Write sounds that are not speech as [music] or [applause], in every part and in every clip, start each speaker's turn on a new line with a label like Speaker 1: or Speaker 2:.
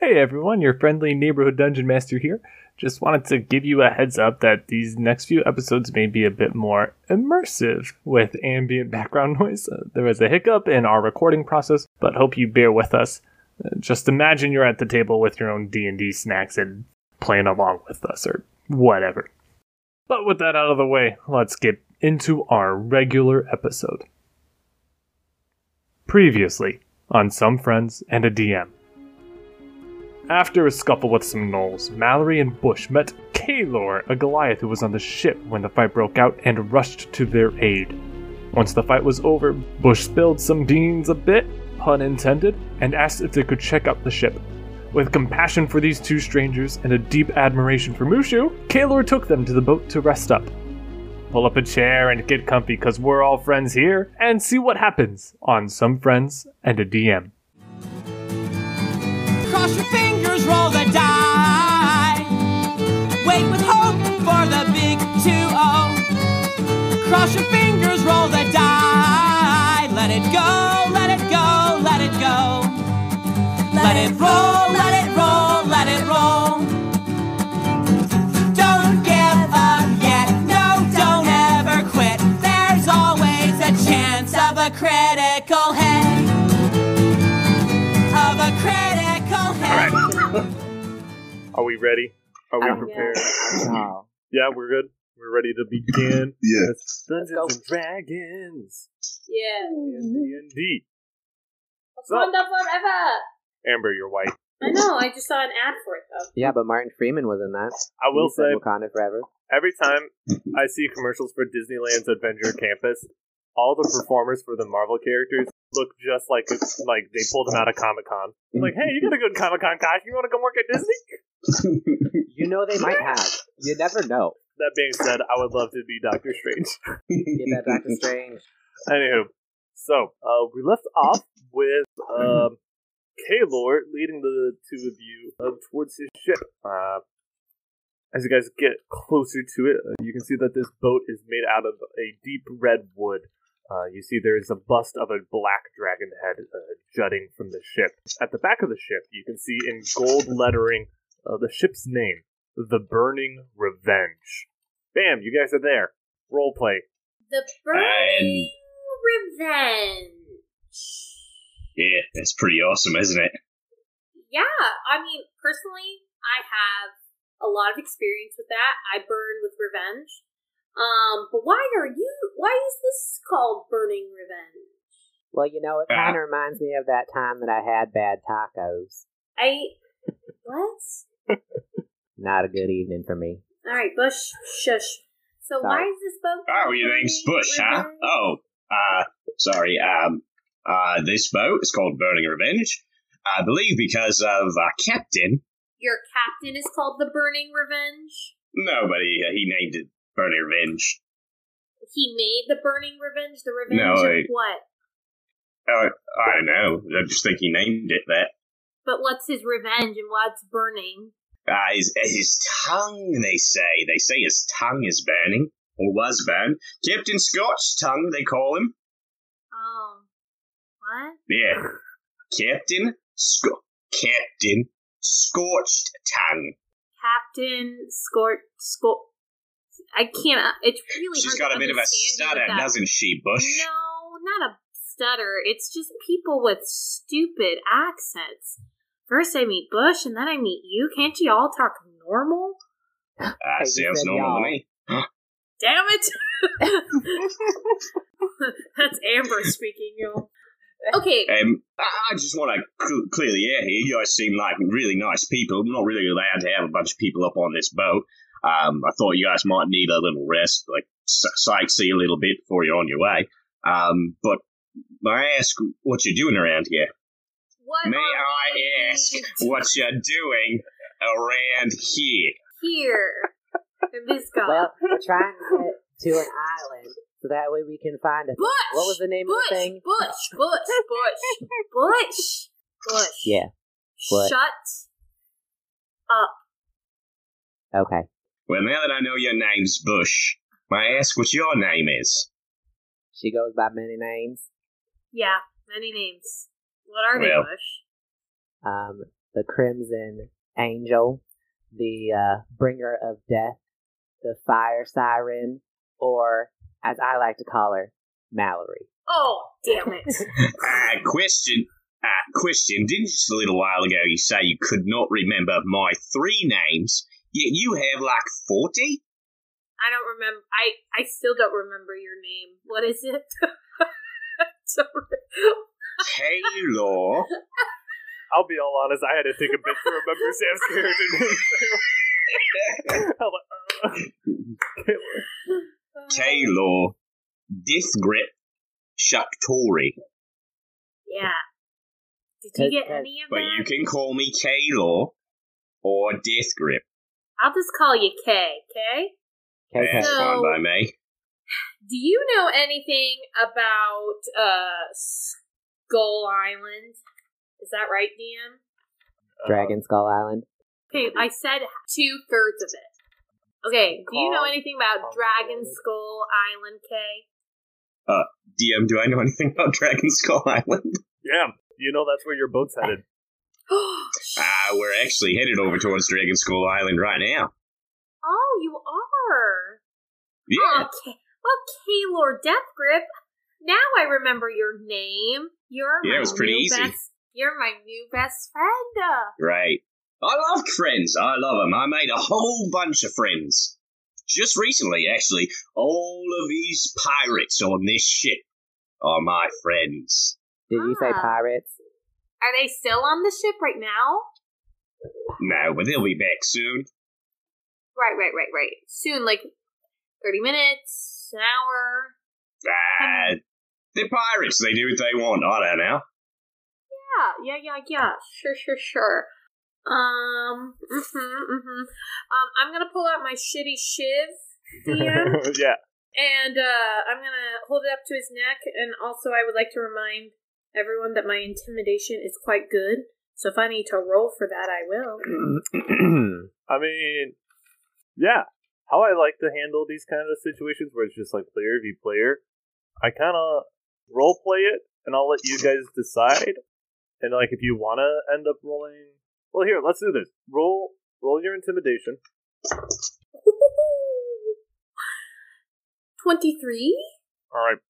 Speaker 1: Hey everyone, your friendly neighborhood dungeon master here. Just wanted to give you a heads up that these next few episodes may be a bit more immersive with ambient [laughs] background noise. Uh, There was a hiccup in our recording process, but hope you bear with us. Uh, Just imagine you're at the table with your own D&D snacks and playing along with us or whatever. But with that out of the way, let's get into our regular episode. Previously, on Some Friends and a DM. After a scuffle with some gnolls, Mallory and Bush met Kalor, a Goliath who was on the ship when the fight broke out, and rushed to their aid. Once the fight was over, Bush spilled some beans a bit, pun intended, and asked if they could check out the ship. With compassion for these two strangers and a deep admiration for Mushu, Kalor took them to the boat to rest up. Pull up a chair and get comfy, cause we're all friends here, and see what happens on Some Friends and a DM.
Speaker 2: Cross your fingers, roll the die. Wait with hope for the big 2 0. Cross your fingers, roll the die. Let it go, let it go, let it go. Let it roll, let it roll, let it roll. Don't give up yet, no, don't ever quit. There's always a chance of a critical hit. Of a critical hit.
Speaker 1: Are we ready? Are we [laughs]
Speaker 3: I'm
Speaker 1: prepared?
Speaker 3: Oh.
Speaker 1: Yeah, we're good. We're ready to begin.
Speaker 4: Yeah.
Speaker 1: That's [laughs] Dungeons and Dragons.
Speaker 3: Yeah.
Speaker 1: D&D.
Speaker 3: Wakanda forever!
Speaker 1: Amber, you're white.
Speaker 3: I know, I just saw an ad for it though.
Speaker 5: Yeah, but Martin Freeman was in that.
Speaker 1: I will
Speaker 5: He
Speaker 1: say,
Speaker 5: said Wakanda forever.
Speaker 1: every time I see commercials for Disneyland's Adventure Campus, all the performers for the Marvel characters look just like like they pulled them out of Comic Con. Like, hey, you got a good Comic Con costume. You want to come work at Disney?
Speaker 6: [laughs]
Speaker 5: You know they might have. You never
Speaker 1: [laughs]
Speaker 5: know.
Speaker 1: That being said, I would love to be Doctor Strange.
Speaker 5: Get that Doctor Strange.
Speaker 1: Anywho, so uh, we left off with um, Kalor leading the two of you uh, towards his ship. Uh, as you guys get closer to it, uh, you can see that this boat is made out of a deep red wood. Uh, you see there is a bust of a black dragon head uh, jutting from the ship. At the back of the ship, you can see in gold lettering uh, the ship's name, The Burning Revenge. Bam, you guys are there. Roleplay.
Speaker 3: The Burning Revenge.
Speaker 4: yeah, that's pretty awesome, isn't it?
Speaker 3: Yeah, I mean, personally, I have a lot of experience with that. I burn with revenge. Um, but why are you, why is this called Burning Revenge?
Speaker 5: Well, you know, it kind of reminds me of that time that I had bad tacos.
Speaker 3: I, what?
Speaker 5: Not a good evening for me.
Speaker 3: Alright, Bush, shush. So why
Speaker 5: Sorry.
Speaker 3: is this boat?
Speaker 4: Oh,
Speaker 3: called
Speaker 4: your name's
Speaker 3: Burning
Speaker 4: Bush, huh?
Speaker 3: Revenge?
Speaker 4: Oh, uh, sorry. Um, uh, this boat is called Burning Revenge, I believe, because of uh, Captain.
Speaker 3: Your captain is called the Burning Revenge?
Speaker 4: Nobody, uh, he named it Burning Revenge.
Speaker 3: He made the Burning Revenge? The revenge
Speaker 4: No,
Speaker 3: of
Speaker 4: I-
Speaker 3: what?
Speaker 4: Uh, I don't know. I just think he named it that.
Speaker 3: But what's his revenge and what's burning?
Speaker 4: Uh, his, his tongue, they say. They say his tongue is burning, or was burned. Captain Scotch tongue, they call him.
Speaker 3: Oh. What?
Speaker 4: Yeah. Captain Sco- Captain Scorched Tongue.
Speaker 3: Captain Scort Scort. I can't. uh, It's really hard
Speaker 4: She's got
Speaker 3: to
Speaker 4: a bit of a
Speaker 3: understand you
Speaker 4: stutter,
Speaker 3: with that.
Speaker 4: doesn't she, Bush?
Speaker 3: No, not a stutter. It's just people with stupid accents. First I meet Bush, and then I meet you. Can't you all talk normal?
Speaker 4: That
Speaker 5: Hey, you said
Speaker 4: sounds Ah, normal
Speaker 5: y'all.
Speaker 4: to me.
Speaker 3: Damn
Speaker 4: [laughs]
Speaker 3: it! [laughs] That's Amber speaking, y'all. Okay,
Speaker 4: Um, I, I just want to cl- clear the air here. You guys seem like really nice people. I'm not really allowed to have a bunch of people up on this boat. Um, I thought you guys might need a little rest, like s- sightsee a little bit before you're on your way. Um, but may I ask what you're doing around here?
Speaker 3: what
Speaker 4: May
Speaker 3: are we
Speaker 4: I ask what you're doing around here?
Speaker 3: here? in this guy.
Speaker 5: [laughs] Well, we're trying to get to an island so that way we can find a.
Speaker 3: Bush.
Speaker 5: What was the name
Speaker 3: Bush,
Speaker 5: of the thing?
Speaker 3: Bush, Bush, Bush,
Speaker 5: [laughs]
Speaker 3: Bush, Bush.
Speaker 5: Yeah. Bush.
Speaker 3: Shut.
Speaker 5: Okay.
Speaker 4: Well, now that I know your name's Bush, may I ask what your name is?
Speaker 5: She goes by many names.
Speaker 3: Yeah, many names. What are they,
Speaker 4: Well.
Speaker 3: Bush?
Speaker 5: Um, the Crimson Angel, the uh, Bringer of Death, the Fire Siren, or as I like to call her, Mallory.
Speaker 3: Oh,
Speaker 5: [laughs]
Speaker 3: damn it.
Speaker 4: Uh, question. Uh, question. Didn't just a little while ago you say you could not remember my three names, yet you have like 40?
Speaker 3: I don't remember. I, I still don't remember your name. What is it? [laughs] I don't re- oh.
Speaker 4: Taylor.
Speaker 1: I'll be all honest, I had to take a bit to remember Sam's character. name. I'm like, uh, Taylor.
Speaker 4: Taylor. Dithgrip. Shaktori.
Speaker 3: Yeah. Did you
Speaker 5: Hey,
Speaker 3: get
Speaker 5: hey.
Speaker 3: any of
Speaker 4: But you
Speaker 3: that?
Speaker 4: can call me Taylor or Dithgrip.
Speaker 3: I'll just call you Kay. Kay?
Speaker 5: KK.
Speaker 4: That's
Speaker 3: So-
Speaker 4: fine by me.
Speaker 3: Do you know anything about uh, Skull Island? Is that right, Dan?
Speaker 1: Uh,
Speaker 5: Dragon Skull Island.
Speaker 3: Okay, I said two thirds of it. Okay, do you know
Speaker 1: Call-
Speaker 3: anything about
Speaker 1: call-
Speaker 3: Dragon Skull Island, Kay?
Speaker 4: DM, do I know anything about Dragon Skull Island?
Speaker 1: Yeah, you know that's where your boat's headed.
Speaker 4: Ah, we're actually headed over towards Dragon Skull Island right now.
Speaker 3: [gasps] oh, you are.
Speaker 4: Yeah.
Speaker 3: Okay. Well, Kaylor Death Grip. Now I remember your name. You're
Speaker 4: Yeah,
Speaker 3: my
Speaker 4: it was pretty
Speaker 3: new
Speaker 4: easy.
Speaker 3: Best, you're my new best friend. Uh,
Speaker 4: Right. I love friends. I love them. I made a whole bunch of friends. Just recently, actually. All of these pirates on this ship are my friends.
Speaker 5: Did you say
Speaker 3: Ah.
Speaker 5: pirates?
Speaker 3: Are they still on the ship right now?
Speaker 4: No, but they'll be back soon.
Speaker 3: Right, right, right, right. Soon, like thirty minutes, an hour.
Speaker 4: Ah, they're pirates. They do what they want. I don't know.
Speaker 3: Yeah, yeah, yeah, yeah. Sure, sure, sure. Um, hmm hmm um, I'm gonna pull out my shitty shiv, DM,
Speaker 1: [laughs] yeah. [clears throat]
Speaker 3: and uh, I'm gonna hold it up to his neck. And also, I would like to remind everyone that my intimidation is quite good. So if I need to roll for that, I will.
Speaker 1: I mean, yeah. How I like to handle these kind of situations where it's just like player v player, I kind of role play it, and I'll let you guys decide. And like, if you want to end up rolling, well, here, let's do this. Roll, roll your intimidation.
Speaker 3: [laughs] Twenty-three.
Speaker 1: All right.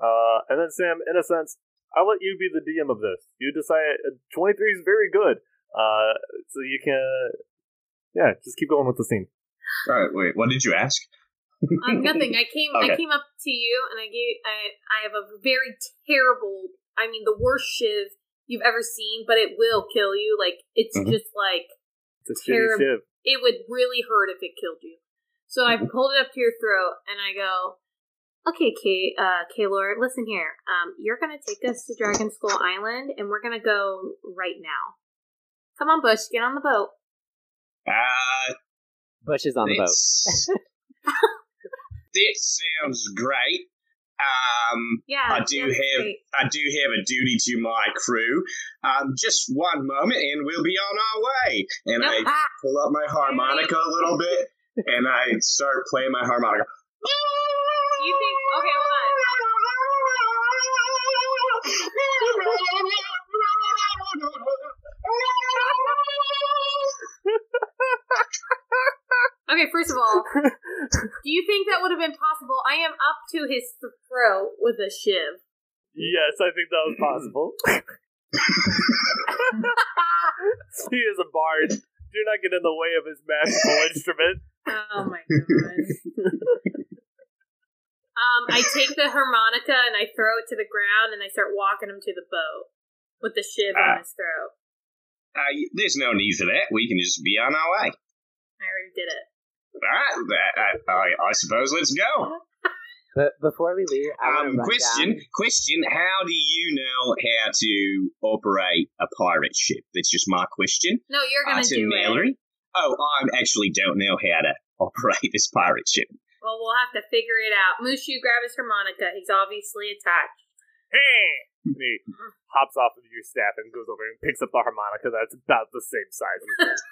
Speaker 1: Uh, and then Sam, in a sense, I'll let you be the DM of this. You decide. Uh, Twenty three is very good. Uh, so you can, yeah, just keep going with the scene.
Speaker 4: All right, Oh, wait. What did you ask?
Speaker 3: Um,
Speaker 4: [laughs]
Speaker 3: nothing. I came. I
Speaker 4: Okay.
Speaker 3: came up to you, and I gave. I. I have a very terrible. I mean, the worst shiv you've ever seen, but it will kill you. Like it's
Speaker 4: Mhm.
Speaker 3: just like
Speaker 1: It's a shitty
Speaker 3: Terrib-
Speaker 1: shiv.
Speaker 3: it would really hurt if it killed you. So
Speaker 4: Mm-hmm.
Speaker 3: I pulled it up to your throat, and I go, "Okay, Kay, uh, Kaylor, listen here. Um, you're gonna take us to Dragon Skull Island, and we're gonna go right now. Come on, Bush, get on the boat.
Speaker 4: Ah,
Speaker 5: Bush is on the boat.
Speaker 4: this, this sounds great. Um,
Speaker 3: Yeah,
Speaker 4: I do
Speaker 3: that's
Speaker 4: have-
Speaker 3: great.
Speaker 4: I do have a duty to my crew. Um, just one moment, and we'll be on our way. And
Speaker 3: No,
Speaker 4: I
Speaker 3: [laughs] ah,
Speaker 4: pull up my harmonica a little bit, and I start playing my harmonica. [laughs]
Speaker 3: do you think? Okay, hold on. Okay, first of all, do you think that would have been possible? I am up to his throat with a shiv.
Speaker 1: Yes, I think that was
Speaker 5: [laughs]
Speaker 1: possible. he is a bard. Do not get in the way of his magical instrument.
Speaker 3: Oh my god. um, I take the harmonica and I throw it to the ground and I start walking him to the boat with the shiv on his throat.
Speaker 4: Uh, there's no need for that. We can just be on our way.
Speaker 3: I already did it.
Speaker 4: All right, I, I, I suppose let's go.
Speaker 3: Oh
Speaker 5: But before we leave, I want
Speaker 4: Um,
Speaker 5: to run
Speaker 4: question,
Speaker 5: down.
Speaker 4: question. How do you know how to operate a pirate ship? That's just my question.
Speaker 3: No, you're
Speaker 4: Uh,
Speaker 3: gonna
Speaker 4: to
Speaker 3: do
Speaker 4: Mallory.
Speaker 3: it.
Speaker 4: Oh, I actually don't know how to operate this pirate ship.
Speaker 3: Well, we'll have to figure it out. Mushu, grab his harmonica. He's obviously attached.
Speaker 1: Hey! And He hops off of your staff and goes over and picks up the harmonica that's about the same size.
Speaker 3: [laughs]
Speaker 1: as his.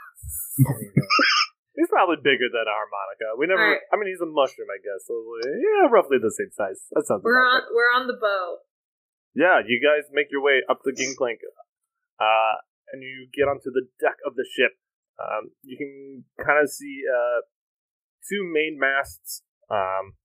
Speaker 1: he's probably bigger than a harmonica. We never.
Speaker 3: Alright.
Speaker 1: I mean, he's a mushroom, I guess. So yeah, roughly the same size. That sounds.
Speaker 3: We're
Speaker 1: about
Speaker 3: on. We're on the boat.
Speaker 1: yeah, you guys make your way up the gangplank, uh, and you get onto the deck of the ship. Um, you can kind of see uh, two main masts, um,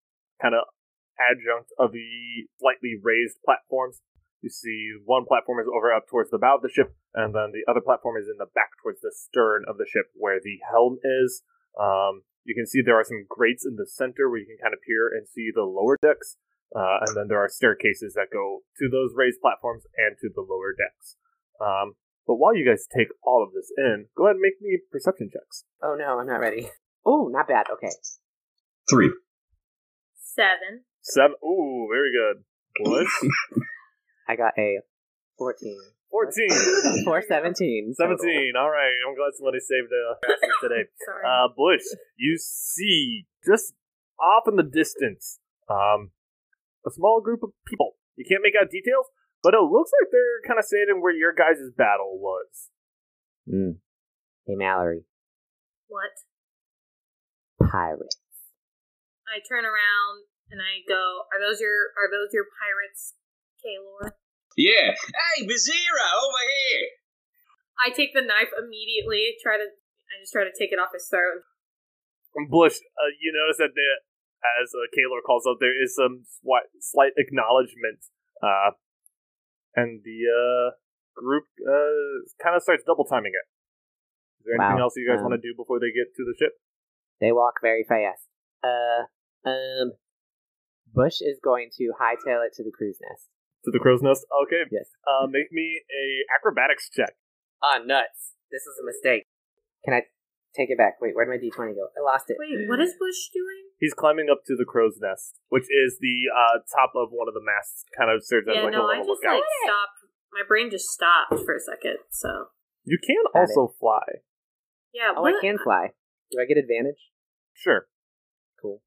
Speaker 1: kind of adjunct of the slightly raised platforms. You see one platform is over up towards the bow of the ship, and then the other platform is in the back towards the stern of the ship where the helm is. Um, you can see there are some grates in the center where you can kind of peer and see the lower decks, uh, and then there are staircases that go to those raised platforms and to the lower decks. Um, but while you guys take all of this in, go ahead and make me perception checks.
Speaker 5: Oh no, I'm not ready. Oh, not bad. Okay.
Speaker 4: Three.
Speaker 3: Seven.
Speaker 1: Seven. Ooh, very good. Bliss.
Speaker 5: I got a
Speaker 4: [laughs]
Speaker 5: 14.
Speaker 1: 14.
Speaker 5: Four 17. total.
Speaker 1: 17. All right. I'm glad somebody saved uh, asses today.
Speaker 3: Sorry.
Speaker 1: Uh, Bush, you see just off in the distance um, a small group of people. You can't make out details, but it looks like they're kind of standing where your guys' battle was.
Speaker 5: Mm. Hey, Mallory.
Speaker 3: what?
Speaker 5: Pirate.
Speaker 3: I turn around and I go, "Are those your Are those your pirates, Kalor?"
Speaker 4: Yeah. Hey, Bazira, over here.
Speaker 3: I take the knife immediately. Try to I just try to take it off his throat.
Speaker 1: Bush, uh, you notice that the, as uh, Kaylor calls out, there is some swi- slight acknowledgement, uh, and the uh, group uh, kind of starts double timing it. Is there anything
Speaker 5: Wow.
Speaker 1: else you guys want
Speaker 5: Um,
Speaker 1: to do before they get to the ship?
Speaker 5: They walk very fast. Uh, um, Bush is going to hightail it to the cruise nest.
Speaker 1: To the crow's nest. Okay.
Speaker 5: Yes.
Speaker 1: Uh, make me a acrobatics check.
Speaker 5: Ah, nuts. This is a mistake. Can I take it back? Wait, where'd my d20 go? I lost it.
Speaker 3: Wait, what is Bush doing?
Speaker 1: He's climbing up to the crow's nest, which is the uh, top of one of the masts. Kind of serves as
Speaker 3: yeah,
Speaker 1: like a
Speaker 3: no, I
Speaker 1: little
Speaker 3: just
Speaker 1: lookout.
Speaker 3: like stopped. My brain just stopped for a second. So
Speaker 1: you can
Speaker 5: Got it.
Speaker 1: also fly.
Speaker 3: yeah,
Speaker 5: Oh, I
Speaker 3: what?
Speaker 5: can fly. Do I get advantage?
Speaker 1: Sure.
Speaker 5: Cool.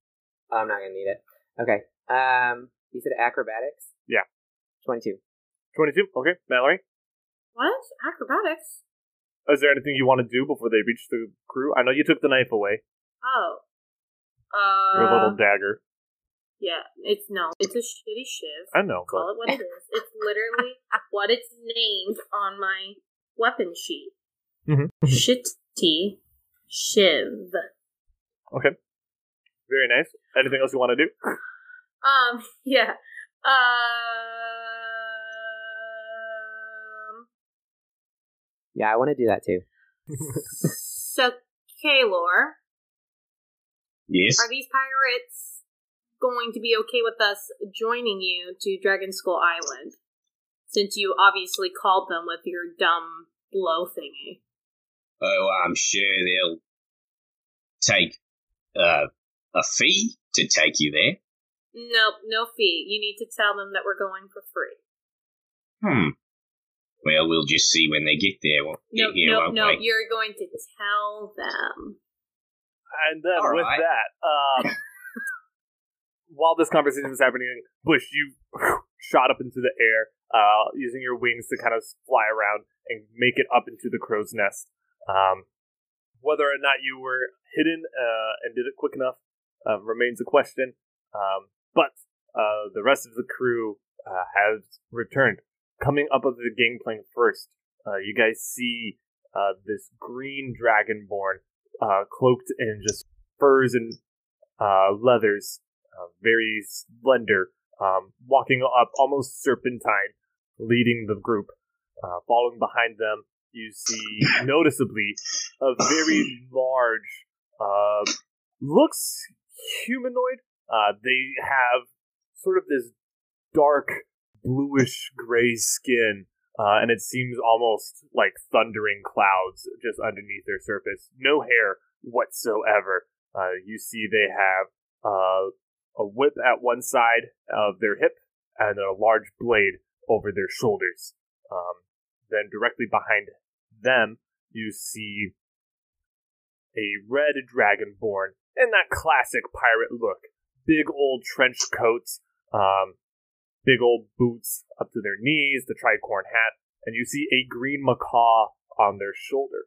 Speaker 5: Oh, I'm not gonna need it. Okay. Um, you said acrobatics.
Speaker 1: Yeah.
Speaker 5: Twenty-two.
Speaker 1: Twenty-two. Okay, Mallory.
Speaker 3: what acrobatics?
Speaker 1: Is there anything you want to do before they reach the crew? I know you took the knife away.
Speaker 3: Oh,
Speaker 1: Your little
Speaker 3: uh,
Speaker 1: dagger.
Speaker 3: yeah, it's no, it's a shitty shiv.
Speaker 1: I know,
Speaker 3: Call
Speaker 1: but
Speaker 3: it what it is. It's literally what it's named on my weapon sheet.
Speaker 1: Mhm.
Speaker 3: Shitty shiv.
Speaker 1: very nice. Anything else you want to do?
Speaker 3: Um, [laughs] yeah. Um,
Speaker 5: Yeah, I want to do that too. [laughs]
Speaker 3: so, Kalor,
Speaker 4: Yes.
Speaker 3: are these pirates going to be okay with us joining you to Dragon Skull Island? Since you obviously called them with your dumb blow thingy.
Speaker 4: Oh, I'm sure they'll take uh, a fee to take you there.
Speaker 3: Nope, no fee. You need to tell them that we're going for free.
Speaker 4: Hmm. Well, we'll just see when they get there. Well,
Speaker 3: Nope,
Speaker 4: get here,
Speaker 3: nope,
Speaker 4: won't
Speaker 3: nope.
Speaker 4: we?
Speaker 3: You're going to tell them.
Speaker 1: And then
Speaker 4: All
Speaker 1: with
Speaker 4: right.
Speaker 1: that,
Speaker 4: [laughs]
Speaker 1: um, while this conversation was happening, Bush, you [laughs] shot up into the air, uh, using your wings to kind of fly around and make it up into the crow's nest. Um, whether or not you were hidden uh, and did it quick enough uh, remains a question. Um, but uh, the rest of the crew uh, has returned. Coming up of the gangplank first, uh, you guys see uh, this green dragonborn uh, cloaked in just furs and uh, leathers, uh, very slender, um, walking up almost serpentine, leading the group. Uh, following behind them, you see noticeably a very large, uh, looks humanoid. Uh, they have sort of this dark, bluish gray skin, uh, and it seems almost like thundering clouds just underneath their surface. No hair whatsoever. Uh, you see, they have uh, a whip at one side of their hip and a large blade over their shoulders. Um, then, directly behind them, you see a red dragonborn in that classic pirate look. Big old trench coats, um, big old boots up to their knees, the tricorn hat, and you see a green macaw on their shoulder.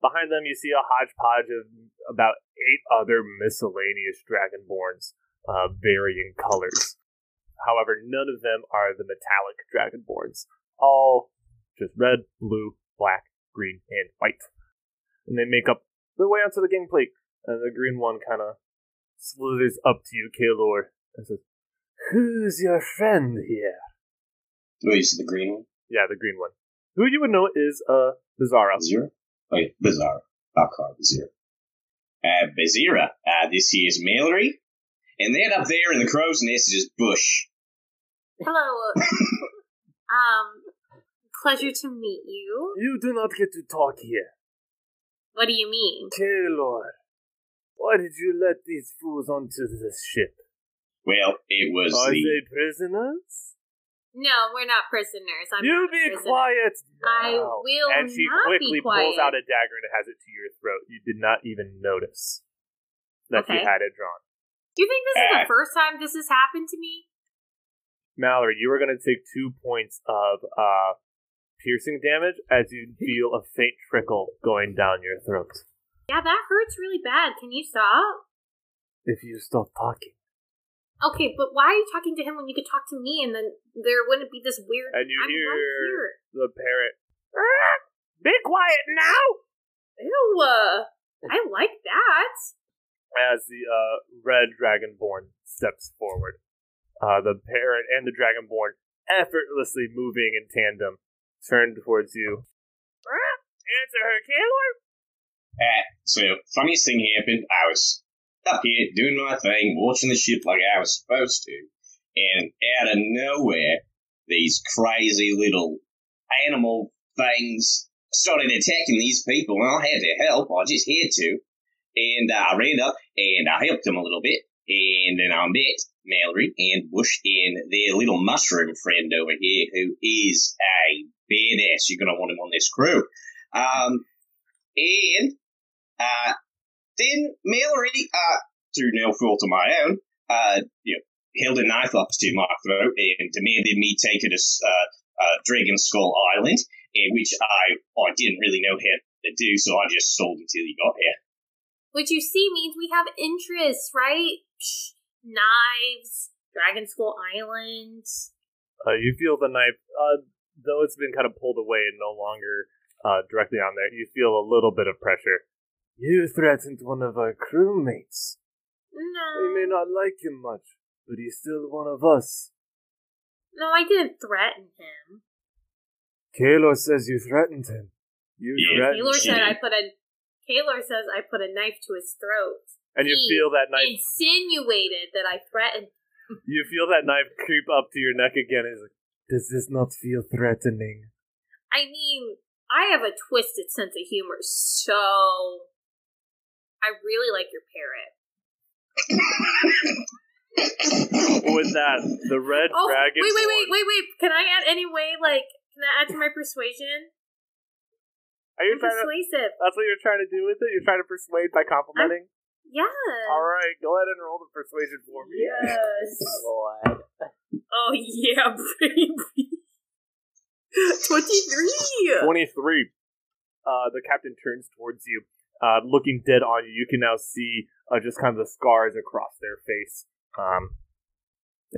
Speaker 1: Behind them, you see a hodgepodge of about eight other miscellaneous dragonborns, uh, varying colors. However, none of them are the metallic dragonborns. All just red, blue, black, green, and white. And they make up their way onto the gangplank. And the green one kind of slithers up to you, Kalor, and says, Who's your friend here?
Speaker 4: Wait, is Oh, the green one?
Speaker 1: Yeah, the green one. Who you would know is uh, Bizarro.
Speaker 4: Zero? Oh, yeah, Bizarre. I'll call it Bazira. Uh, Bazira, uh, this here is Mallory. And then up there in the crow's nest is Bush.
Speaker 3: Hello.
Speaker 1: [laughs]
Speaker 3: um, pleasure to meet you.
Speaker 1: You do not get to talk here.
Speaker 3: What do you mean?
Speaker 1: Kalor, why did you let these fools onto this ship?
Speaker 4: Well, it was
Speaker 1: Are
Speaker 4: the.
Speaker 1: they prisoners?
Speaker 3: No, we're not prisoners. I'm
Speaker 1: you
Speaker 3: not a
Speaker 1: be
Speaker 3: prisoner.
Speaker 1: quiet
Speaker 3: I
Speaker 1: now.
Speaker 3: will
Speaker 1: and she
Speaker 3: not
Speaker 1: quickly
Speaker 3: be quiet.
Speaker 1: pulls out a dagger and has it to your throat. You did not even notice that you
Speaker 3: Okay.
Speaker 1: had it drawn.
Speaker 3: Do you think this is
Speaker 1: Eh.
Speaker 4: Ah.
Speaker 3: the first time this has happened to me?
Speaker 1: Mallory, you are going to take two points of uh, piercing damage as [laughs] you feel a faint trickle going down your throat.
Speaker 3: Yeah, that hurts really bad. Can you stop?
Speaker 1: If you stop talking,
Speaker 3: Okay, but why are you talking to him when you could talk to me and then there wouldn't be this weird.
Speaker 1: and you
Speaker 3: I'm right here.
Speaker 1: hear the parrot. [laughs] "Ah, Be quiet now!
Speaker 3: Ew. uh, I like that.
Speaker 1: As the uh, red dragonborn steps forward, uh, the parrot and the dragonborn effortlessly moving in tandem turn towards you. [laughs] "Ah, Answer her, Kaylor.
Speaker 4: Uh, so, funniest thing happened. I was up here doing my thing, watching the ship like I was supposed to, and out of nowhere, these crazy little animal things started attacking these people, and I had to help. I just had to. And uh, I ran up and I helped them a little bit, and then I met Mallory and Bush and their little mushroom friend over here, who is a badass. You're going to want him on this crew. Um, and uh, then Mallory, uh, through no fault of my own, uh, you know, held a knife up to my throat and demanded me take her to uh, uh, Dragon Skull Island, in which I I didn't really know how to do, so I just stalled until he got here.
Speaker 3: Which you see means we have interests, right? Psh, knives, Dragon School Island.
Speaker 1: Uh, you feel the knife, uh, though it's been kind of pulled away and no longer uh, directly on there. You feel a little bit of pressure. You threatened one of our crewmates. We
Speaker 3: No,
Speaker 1: may not like him much, but he's still one of us.
Speaker 3: no, I didn't threaten him.
Speaker 1: Kalor says you threatened him. You
Speaker 4: Yeah.
Speaker 1: threatened
Speaker 3: Kaylor said
Speaker 1: him.
Speaker 3: I put a. Kaylor says I put a knife to his throat.
Speaker 1: And you
Speaker 3: he
Speaker 1: feel that knife.
Speaker 3: Insinuated that I threatened.
Speaker 1: You feel that knife creep up to your neck again. He's like, does this not feel threatening?
Speaker 3: I mean, I have a twisted sense of humor, so I really like your parrot.
Speaker 1: [laughs] With that, the red
Speaker 3: Oh,
Speaker 1: dragon.
Speaker 3: wait, wait, wait, wait, wait! Can I add any way? Like, can I add to my persuasion?
Speaker 1: Are you
Speaker 3: I'm
Speaker 1: trying to?
Speaker 3: persuasive.
Speaker 1: That's what you're trying to do with it. You're trying to persuade by complimenting.
Speaker 3: Yeah.
Speaker 1: All right, go ahead and roll the persuasion for me. [laughs]
Speaker 3: Yes.
Speaker 5: Lord.
Speaker 3: oh yeah, [laughs] baby. Twenty-three. [laughs]
Speaker 1: 23. Uh, the captain turns towards you, uh, looking dead on you. You can now see uh, just kind of the scars across their face. Um,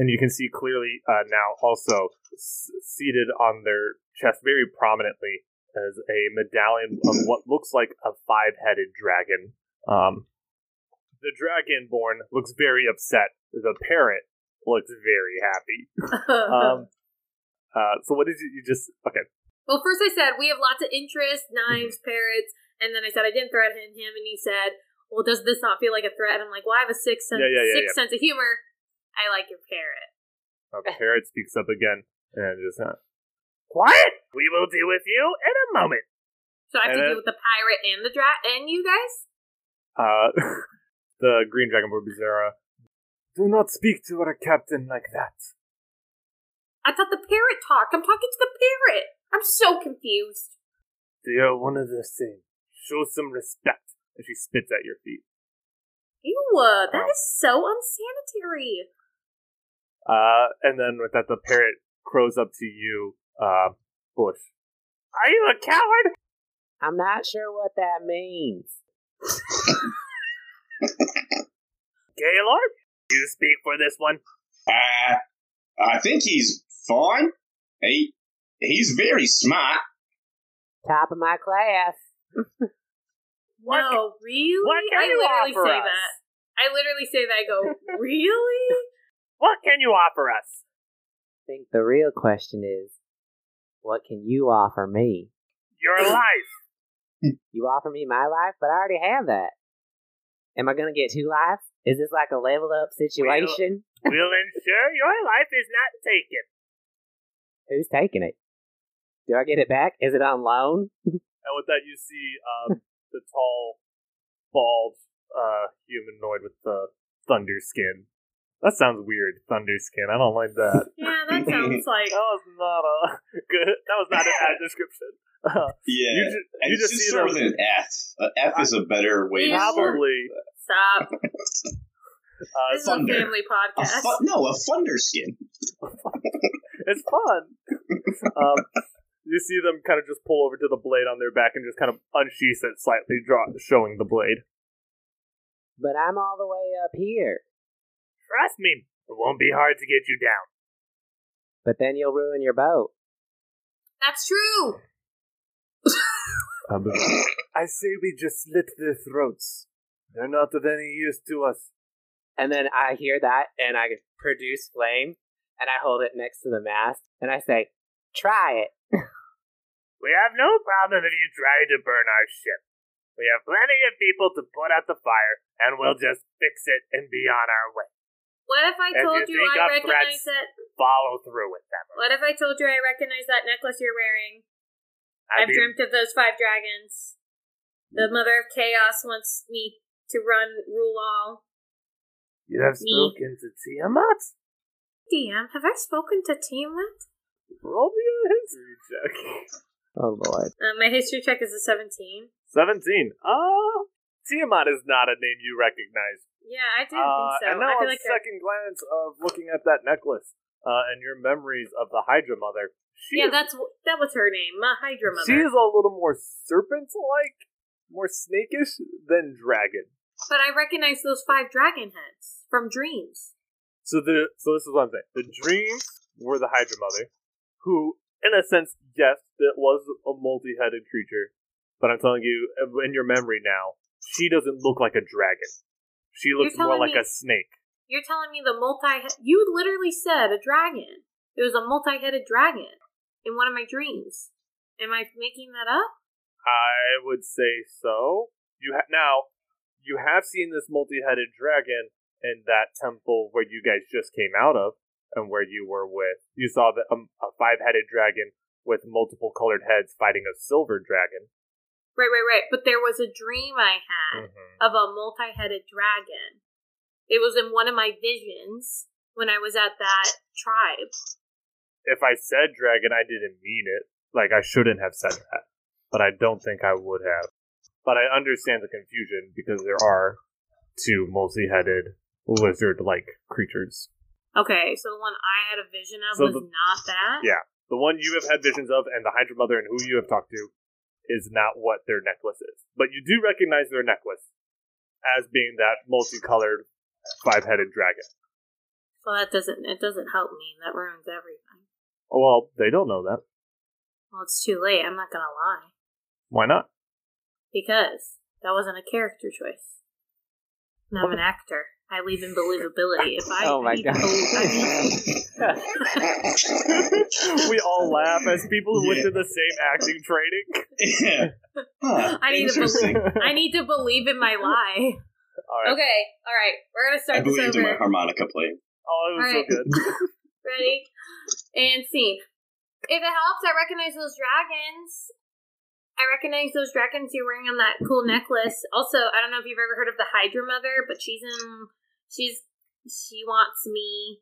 Speaker 1: and you can see clearly uh, now also s- seated on their chest very prominently as a medallion of what looks like a five headed dragon. Um, the dragonborn looks very upset. The parrot looks very happy. Um, uh, so, what did you, you just. Okay.
Speaker 3: well, first I said we have lots of interests,
Speaker 1: Mhm.
Speaker 3: knives, parrots, and then I said I didn't threaten him, and he said, "Well, does this not feel like a threat?" And I'm like, "Well, I have a sixth sense,
Speaker 1: Yeah, yeah, yeah,
Speaker 3: sixth sense of humor. I like your parrot."
Speaker 1: A parrot speaks up again and just uh, quiet. We will deal with you in a moment.
Speaker 3: So I have
Speaker 1: And
Speaker 3: to
Speaker 1: then-
Speaker 3: deal with the pirate and the dra- and you guys.
Speaker 1: Uh, [laughs] the green dragonborn Bizarra. Do not speak to our captain like that.
Speaker 3: I thought the parrot talked. I'm talking to the parrot. I'm so confused.
Speaker 1: They are one of the same. Show some respect. And she spits at your feet.
Speaker 3: Ew, that
Speaker 1: Wow.
Speaker 3: is so unsanitary.
Speaker 1: Uh, and then with that, the parrot crows up to you, uh, Bush. Are you a coward?
Speaker 5: I'm not sure what that means.
Speaker 1: Gaylord? You speak for this one.
Speaker 4: uh, I think he's fine. He he's very smart.
Speaker 5: Top of my class.
Speaker 3: No, really?
Speaker 1: what can
Speaker 3: I
Speaker 1: you
Speaker 3: literally
Speaker 1: offer
Speaker 3: say
Speaker 1: us?
Speaker 3: that. I literally say that. I go, really?
Speaker 1: What can you offer us?
Speaker 5: I think the real question is, what can you offer me?
Speaker 3: [clears throat]
Speaker 1: Your life.
Speaker 5: You offer me my life, but I already have that. Am I gonna get two lives? Is this like a level up situation?
Speaker 1: We'll ensure your life is not taken.
Speaker 5: Who's taking it? Do I get it back? Is it on loan?
Speaker 1: And with that, you see [laughs] um, the tall, bald uh, humanoid with the thunder skin. That sounds weird, thunder skin. I don't like [laughs] that.
Speaker 3: Yeah, that sounds like.
Speaker 1: That was not a good. That was not a [laughs] bad description. Uh,
Speaker 6: Yeah.
Speaker 1: you ju-
Speaker 6: And
Speaker 1: you
Speaker 6: just,
Speaker 1: just
Speaker 6: just
Speaker 1: see
Speaker 6: start
Speaker 1: the-
Speaker 6: with an F. A F is a better way to start.
Speaker 1: probably
Speaker 3: Stop.
Speaker 1: uh,
Speaker 3: This is a
Speaker 6: Thunder.
Speaker 3: family
Speaker 6: A
Speaker 3: podcast.
Speaker 6: fu- no, a thunder skin.
Speaker 1: it's fun. um, you see them kind of just pull over to the blade on their back and just kind of unsheath it slightly, draw, showing the blade.
Speaker 5: But I'm all the way up here.
Speaker 1: Trust me, it won't be hard to get you down.
Speaker 5: But then you'll ruin your boat.
Speaker 3: That's true.
Speaker 4: [laughs]
Speaker 1: I say we just slit their throats. They're not of any use to us.
Speaker 5: And then I hear that and I produce flame and I hold it next to the mast and I say, Try it.
Speaker 1: We have no problem if you try to burn our ship. We have plenty of people to put out the fire, and we'll just fix it and be on our way.
Speaker 3: What if I
Speaker 1: If
Speaker 3: told
Speaker 1: you
Speaker 3: you,
Speaker 1: think
Speaker 3: I
Speaker 1: of
Speaker 3: recognize
Speaker 1: threats-
Speaker 3: that?
Speaker 1: Follow through with them.
Speaker 3: What if I told you I recognize that necklace you're wearing?
Speaker 1: I
Speaker 3: I've dreamt of those five dragons. The mother of chaos wants me to run rule all.
Speaker 1: you have
Speaker 3: me.
Speaker 1: spoken to Tiamat?
Speaker 3: DM, have I spoken to Tiamat?
Speaker 1: Roll me a history check.
Speaker 5: Oh Lord.
Speaker 3: Uh, my history check is a 17.
Speaker 1: 17. Uh, Tiamat is not a name you recognize.
Speaker 3: Yeah, I do
Speaker 1: Uh,
Speaker 3: think so.
Speaker 1: and now
Speaker 3: I
Speaker 1: on
Speaker 3: feel like I-
Speaker 1: second glance of looking at that necklace uh, and your memories of the Hydra Mother, she, is,
Speaker 3: yeah, that's wh- that was her name, my Hydra mother.
Speaker 1: she is a little more serpent-like, more snakish than dragon.
Speaker 3: But I recognize those five dragon heads from dreams.
Speaker 1: So the so this is what I'm saying. The dreams were the Hydra Mother, who, in a sense, yes, it was a multi-headed creature, but I'm telling you, in your memory now, she doesn't look like a dragon. She looks more
Speaker 3: telling
Speaker 1: like
Speaker 3: me-
Speaker 1: a snake.
Speaker 3: You're telling me the multi you literally said a dragon. It was a multi-headed dragon in one of my dreams. Am I making that up?
Speaker 1: I would say so. You ha- now you have seen this multi-headed dragon in that temple where you guys just came out of, and where you were with. You saw the, um, a five-headed dragon with multiple colored heads fighting a silver dragon.
Speaker 3: Right, right, right. But there was a dream I
Speaker 1: Hmm.
Speaker 3: had of a multi-headed dragon. It was in one of my visions when I was at that tribe.
Speaker 1: If I said dragon, I didn't mean it. Like I shouldn't have said that, but I don't think I would have. But I understand the confusion because there are two multi-headed lizard-like creatures.
Speaker 3: Okay, so the one I had a vision of
Speaker 1: So
Speaker 3: was
Speaker 1: the-
Speaker 3: not that.
Speaker 1: Yeah. The one you have had visions of and the Hydra Mother and who you have talked to is not what their necklace is. But you do recognize their necklace as being that multicolored five headed dragon.
Speaker 3: Well, that doesn't it doesn't help me. That ruins everything.
Speaker 1: Oh, well, they don't know that.
Speaker 3: Well, it's too late. I'm not gonna lie
Speaker 1: Why
Speaker 3: [laughs]
Speaker 1: not?
Speaker 3: because that wasn't a character choice. And I'm an actor. I believe in believability. If I
Speaker 5: Oh my
Speaker 3: need
Speaker 5: God.
Speaker 3: to believe- I need-
Speaker 1: We all laugh as people who went
Speaker 6: Yeah.
Speaker 1: to the same acting training.
Speaker 6: yeah. Huh,
Speaker 3: [laughs] I need to
Speaker 6: interesting.
Speaker 3: I need to believe in my
Speaker 6: [laughs]
Speaker 3: lie.
Speaker 1: All right.
Speaker 3: Okay, all right. We're gonna
Speaker 6: I
Speaker 3: start this
Speaker 6: believed in my
Speaker 3: over.
Speaker 6: harmonica playing.
Speaker 1: Oh, it was
Speaker 3: All right.
Speaker 1: so good.
Speaker 3: Ready and scene. If it helps, I recognize those dragons. I recognize those dragons you're wearing on that cool necklace. Also, I don't know if you've ever heard of the Hydra Mother, but she's in. She's she wants me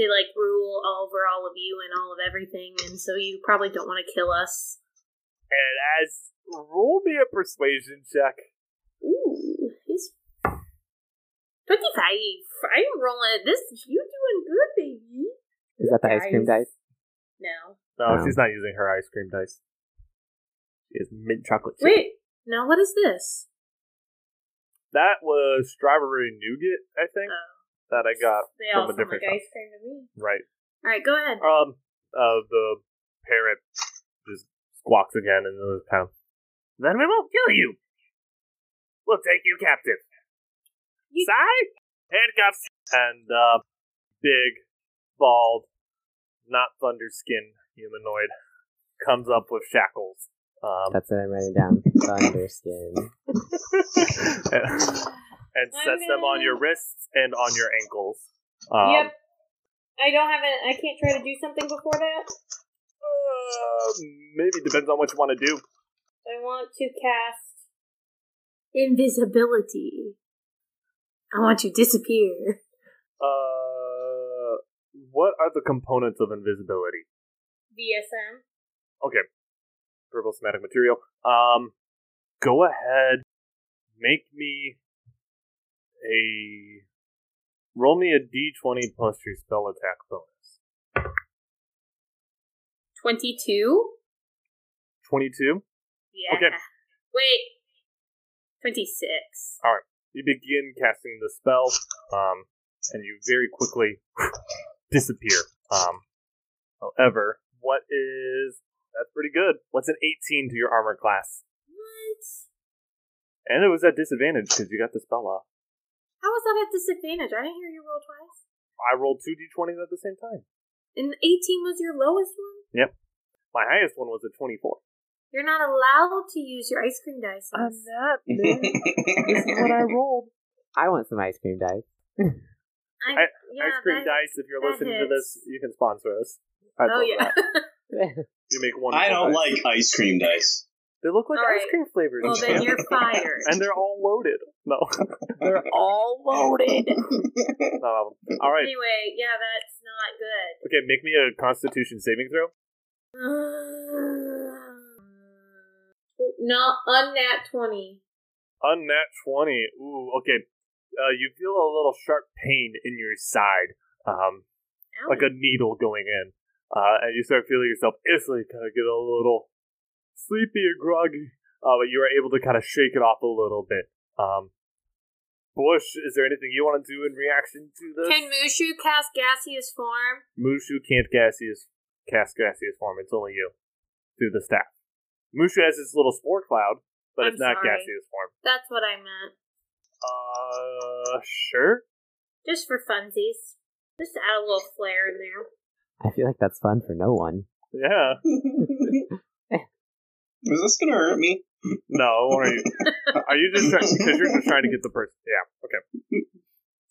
Speaker 3: to like rule over all of you and all of everything, and so you probably don't want to kill us.
Speaker 1: And as roll me a persuasion check.
Speaker 3: Ooh, he's twenty-five. I'm rolling this. You doing good, baby?
Speaker 5: Is that the ice cream
Speaker 3: Nice.
Speaker 5: dice?
Speaker 3: No.
Speaker 1: No,
Speaker 5: Oh.
Speaker 1: she's not using her ice cream dice. She has mint chocolate chip.
Speaker 3: Wait. No. What is this?
Speaker 1: That was strawberry nougat, I think,
Speaker 3: Oh.
Speaker 1: that I got
Speaker 3: They
Speaker 1: from
Speaker 3: all
Speaker 1: a
Speaker 3: sound
Speaker 1: different
Speaker 3: like
Speaker 1: shop.
Speaker 3: ice cream to me.
Speaker 1: Right.
Speaker 3: All right, go ahead.
Speaker 1: Um, uh, the parrot just squawks again in another tone. Then we won't kill you. We'll take you captive.
Speaker 3: You-
Speaker 1: Sigh? Handcuffs. And uh, big, bald, not thunderskin humanoid comes up with shackles. Um,
Speaker 5: That's what I'm writing down. Thunderskin.
Speaker 1: and [laughs] and
Speaker 3: I'm
Speaker 1: sets them on
Speaker 3: gonna-
Speaker 1: your wrists and on your ankles. Um,
Speaker 3: yep. I don't have an. I can't try to do something before that.
Speaker 1: uh, maybe depends on what you want to do.
Speaker 3: I want to cast invisibility. I want to disappear.
Speaker 1: Uh, what are the components of invisibility?
Speaker 3: VSM.
Speaker 1: verbal somatic material. Um, go ahead, make me a roll me a d20 plus your spell attack bonus.
Speaker 3: 22?
Speaker 1: 22.
Speaker 3: Yeah.
Speaker 1: Okay.
Speaker 3: Wait. 26.
Speaker 1: You begin casting the spell, um, and you very quickly disappear. Um, however, what is that's pretty good. What's an 18 to your armor class?
Speaker 3: What?
Speaker 1: And it was at disadvantage because you got the spell off.
Speaker 3: How was that at disadvantage? I didn't hear you roll twice.
Speaker 1: I rolled two d20s at the same time.
Speaker 3: And 18 was your lowest one?
Speaker 1: My highest one was a 24.
Speaker 3: You're not allowed to use your ice cream dice.
Speaker 1: Um,
Speaker 5: [laughs]
Speaker 1: not I rolled.
Speaker 5: I want some ice cream [laughs] dice.
Speaker 1: I- Ice cream dice. If you're
Speaker 3: that
Speaker 1: listening to this,
Speaker 3: hits.
Speaker 1: you can sponsor us. I'd
Speaker 3: Oh,
Speaker 1: love
Speaker 3: yeah.
Speaker 1: that. You make one.
Speaker 6: I don't like ice cream dice.
Speaker 1: They look like
Speaker 3: All
Speaker 1: ice
Speaker 3: right.
Speaker 1: cream flavors.
Speaker 3: well, then you're
Speaker 1: [laughs]
Speaker 3: fired.
Speaker 1: and they're all loaded. No, [laughs]
Speaker 5: They're all loaded.
Speaker 1: no. um, All
Speaker 3: [laughs]
Speaker 1: right.
Speaker 3: Anyway, yeah, that's not good. [sighs]
Speaker 1: Okay, make me a Constitution saving throw.
Speaker 3: No, unnat 20.
Speaker 1: Unnat twenty. Ooh. Okay. Uh, you feel a little sharp pain in your side, um,
Speaker 3: Ow.
Speaker 1: like a needle going in, uh, and you start feeling yourself instantly kind of get a little sleepy or groggy. Uh, but you are able to kind of shake it off a little bit. Um, Bush, is there anything you want to do in reaction to this?
Speaker 3: Can Mushu cast gaseous form?
Speaker 1: Mushu can't gaseous cast gaseous form. It's only you through the staff. Mushu has his little spore cloud, but
Speaker 3: I'm
Speaker 1: it's not
Speaker 3: sorry.
Speaker 1: gaseous form.
Speaker 3: That's what I meant.
Speaker 1: Uh, sure.
Speaker 3: Just for funsies. Just add a little flair in there.
Speaker 5: I feel like that's fun for no one.
Speaker 1: Yeah.
Speaker 6: [laughs] Is this gonna hurt me?
Speaker 1: No. Are you, are you just trying? Because you're just trying to get the person. Yeah. Okay.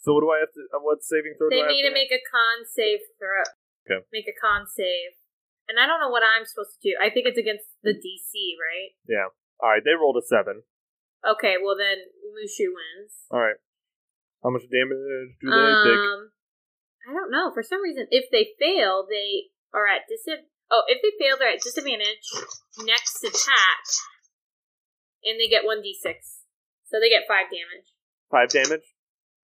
Speaker 1: So what do I have to? uh, What saving throw
Speaker 3: They
Speaker 1: do I
Speaker 3: need to
Speaker 1: have
Speaker 3: make a con save throw.
Speaker 1: Okay.
Speaker 3: Make a con save. And I don't know what I'm supposed to do. I think it's against the DC, right?
Speaker 1: All right. They rolled a seven.
Speaker 3: Okay, well then Mushu wins.
Speaker 1: All right. How much damage do they
Speaker 3: Um,
Speaker 1: take?
Speaker 3: I don't know. For some reason, if they fail, they are at disadvantage. Oh, if they fail, they're at disadvantage next attack, and they get one d six, so they get five damage.
Speaker 1: Five damage.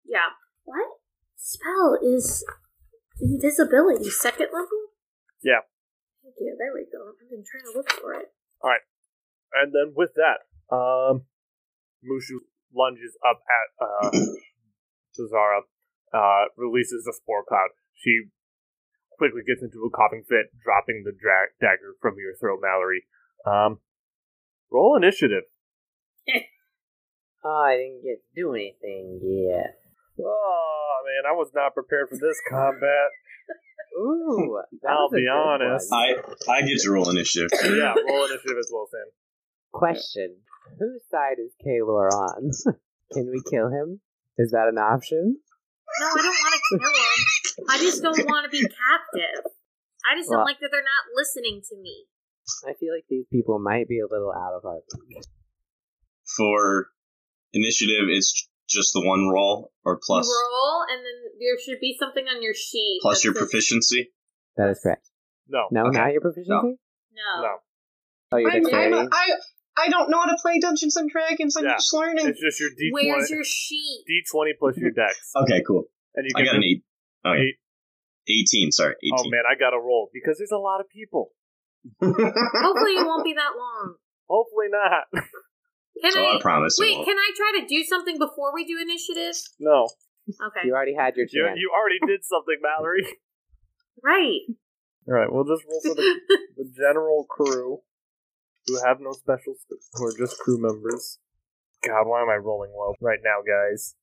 Speaker 3: Yeah. What spell is invisibility? Second level.
Speaker 1: Yeah.
Speaker 3: Thank you. There we go. I've been trying to look for it.
Speaker 1: And then with that, um, Mushu lunges up at uh,
Speaker 3: [coughs]
Speaker 1: Cesara, uh, releases the spore cloud. She quickly gets into a coughing fit, dropping the dra- dagger from your throat, Mallory. Um, roll initiative.
Speaker 5: Oh, I didn't get to do anything yet.
Speaker 1: Oh man, I was not prepared for this combat.
Speaker 5: [laughs] Ooh, that
Speaker 1: I'll
Speaker 5: was a
Speaker 1: be
Speaker 5: good
Speaker 1: honest.
Speaker 5: one.
Speaker 6: I I get to roll initiative. [coughs]
Speaker 1: yeah, roll initiative as well, Sam.
Speaker 5: Question: Whose side is Kalor on? [laughs] Can we kill him? Is that an option?
Speaker 3: No, I don't want to kill him. I just don't want to be captive. I just don't
Speaker 5: Well-
Speaker 3: like that they're not listening to me.
Speaker 5: I feel like these people might be a little out of our league.
Speaker 6: For initiative, it's just the one roll or plus
Speaker 3: You roll, and then there should be something on your sheet.
Speaker 6: plus
Speaker 3: that
Speaker 6: your
Speaker 3: says-
Speaker 6: proficiency.
Speaker 5: That is correct.
Speaker 1: No,
Speaker 5: No,
Speaker 6: Okay.
Speaker 5: not your proficiency.
Speaker 3: No.
Speaker 1: no,
Speaker 5: Oh, your
Speaker 7: I'm, I'm
Speaker 5: dexterity.
Speaker 7: a, I, I don't know how to play Dungeons and Dragons. I'm
Speaker 1: Yeah.
Speaker 7: just learning.
Speaker 1: it's just your D
Speaker 3: Where's
Speaker 1: twenty,
Speaker 3: your sheet?
Speaker 1: D twenty plus your dex,
Speaker 6: [laughs] Okay, cool.
Speaker 1: and you
Speaker 6: I
Speaker 1: can.
Speaker 6: got an eight. Okay.
Speaker 1: Eight.
Speaker 6: Eighteen. Sorry, eighteen.
Speaker 1: Oh man, I got to roll because there's a lot of people.
Speaker 6: [laughs]
Speaker 3: Hopefully, it won't be that long.
Speaker 1: Hopefully not. [laughs]
Speaker 3: Can
Speaker 6: So I,
Speaker 3: I?
Speaker 6: promise. it
Speaker 3: wait,
Speaker 6: won't.
Speaker 3: can I try to do something before we do initiative?
Speaker 1: No.
Speaker 3: Okay.
Speaker 5: You already had your
Speaker 1: You,
Speaker 5: chance.
Speaker 1: you already did something, Mallory. [laughs]
Speaker 3: Right.
Speaker 6: [laughs]
Speaker 1: All right, we'll just roll for the, the general crew. who have no special skills, who are just crew members. God, why am I rolling low right now, guys?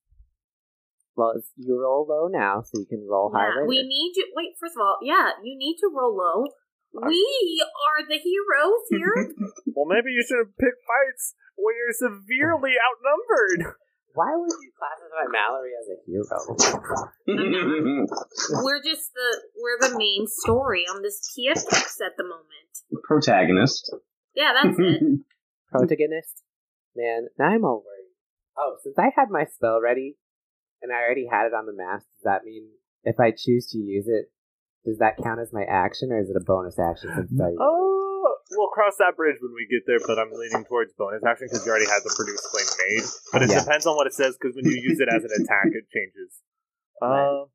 Speaker 5: Well, it's, you roll low now, so you can roll high
Speaker 3: Yeah,
Speaker 5: later.
Speaker 3: we need you. Wait, first of all, yeah, you need to roll low. We are the heroes here.
Speaker 1: Well, maybe you should have picked fights when you're severely outnumbered.
Speaker 5: Why would you classify Mallory as a hero?
Speaker 3: we're just the we're the main story on this TFX at the
Speaker 6: [laughs]
Speaker 3: moment.
Speaker 6: Protagonist.
Speaker 3: Yeah, that's it.
Speaker 5: Protagonist? Man, now I'm all worried. Oh, since I had my spell ready, and I already had it on the map, does that mean if I choose to use it, does that count as my action, or is it a bonus action? Since
Speaker 3: [gasps]
Speaker 5: I-
Speaker 1: Oh, we'll cross that bridge when we get there, but I'm leaning towards bonus action because you already had the produce claim made. But it
Speaker 5: Yeah.
Speaker 1: depends on what it says because when you use it as an attack, it changes.
Speaker 5: [laughs] Right.
Speaker 1: Uh,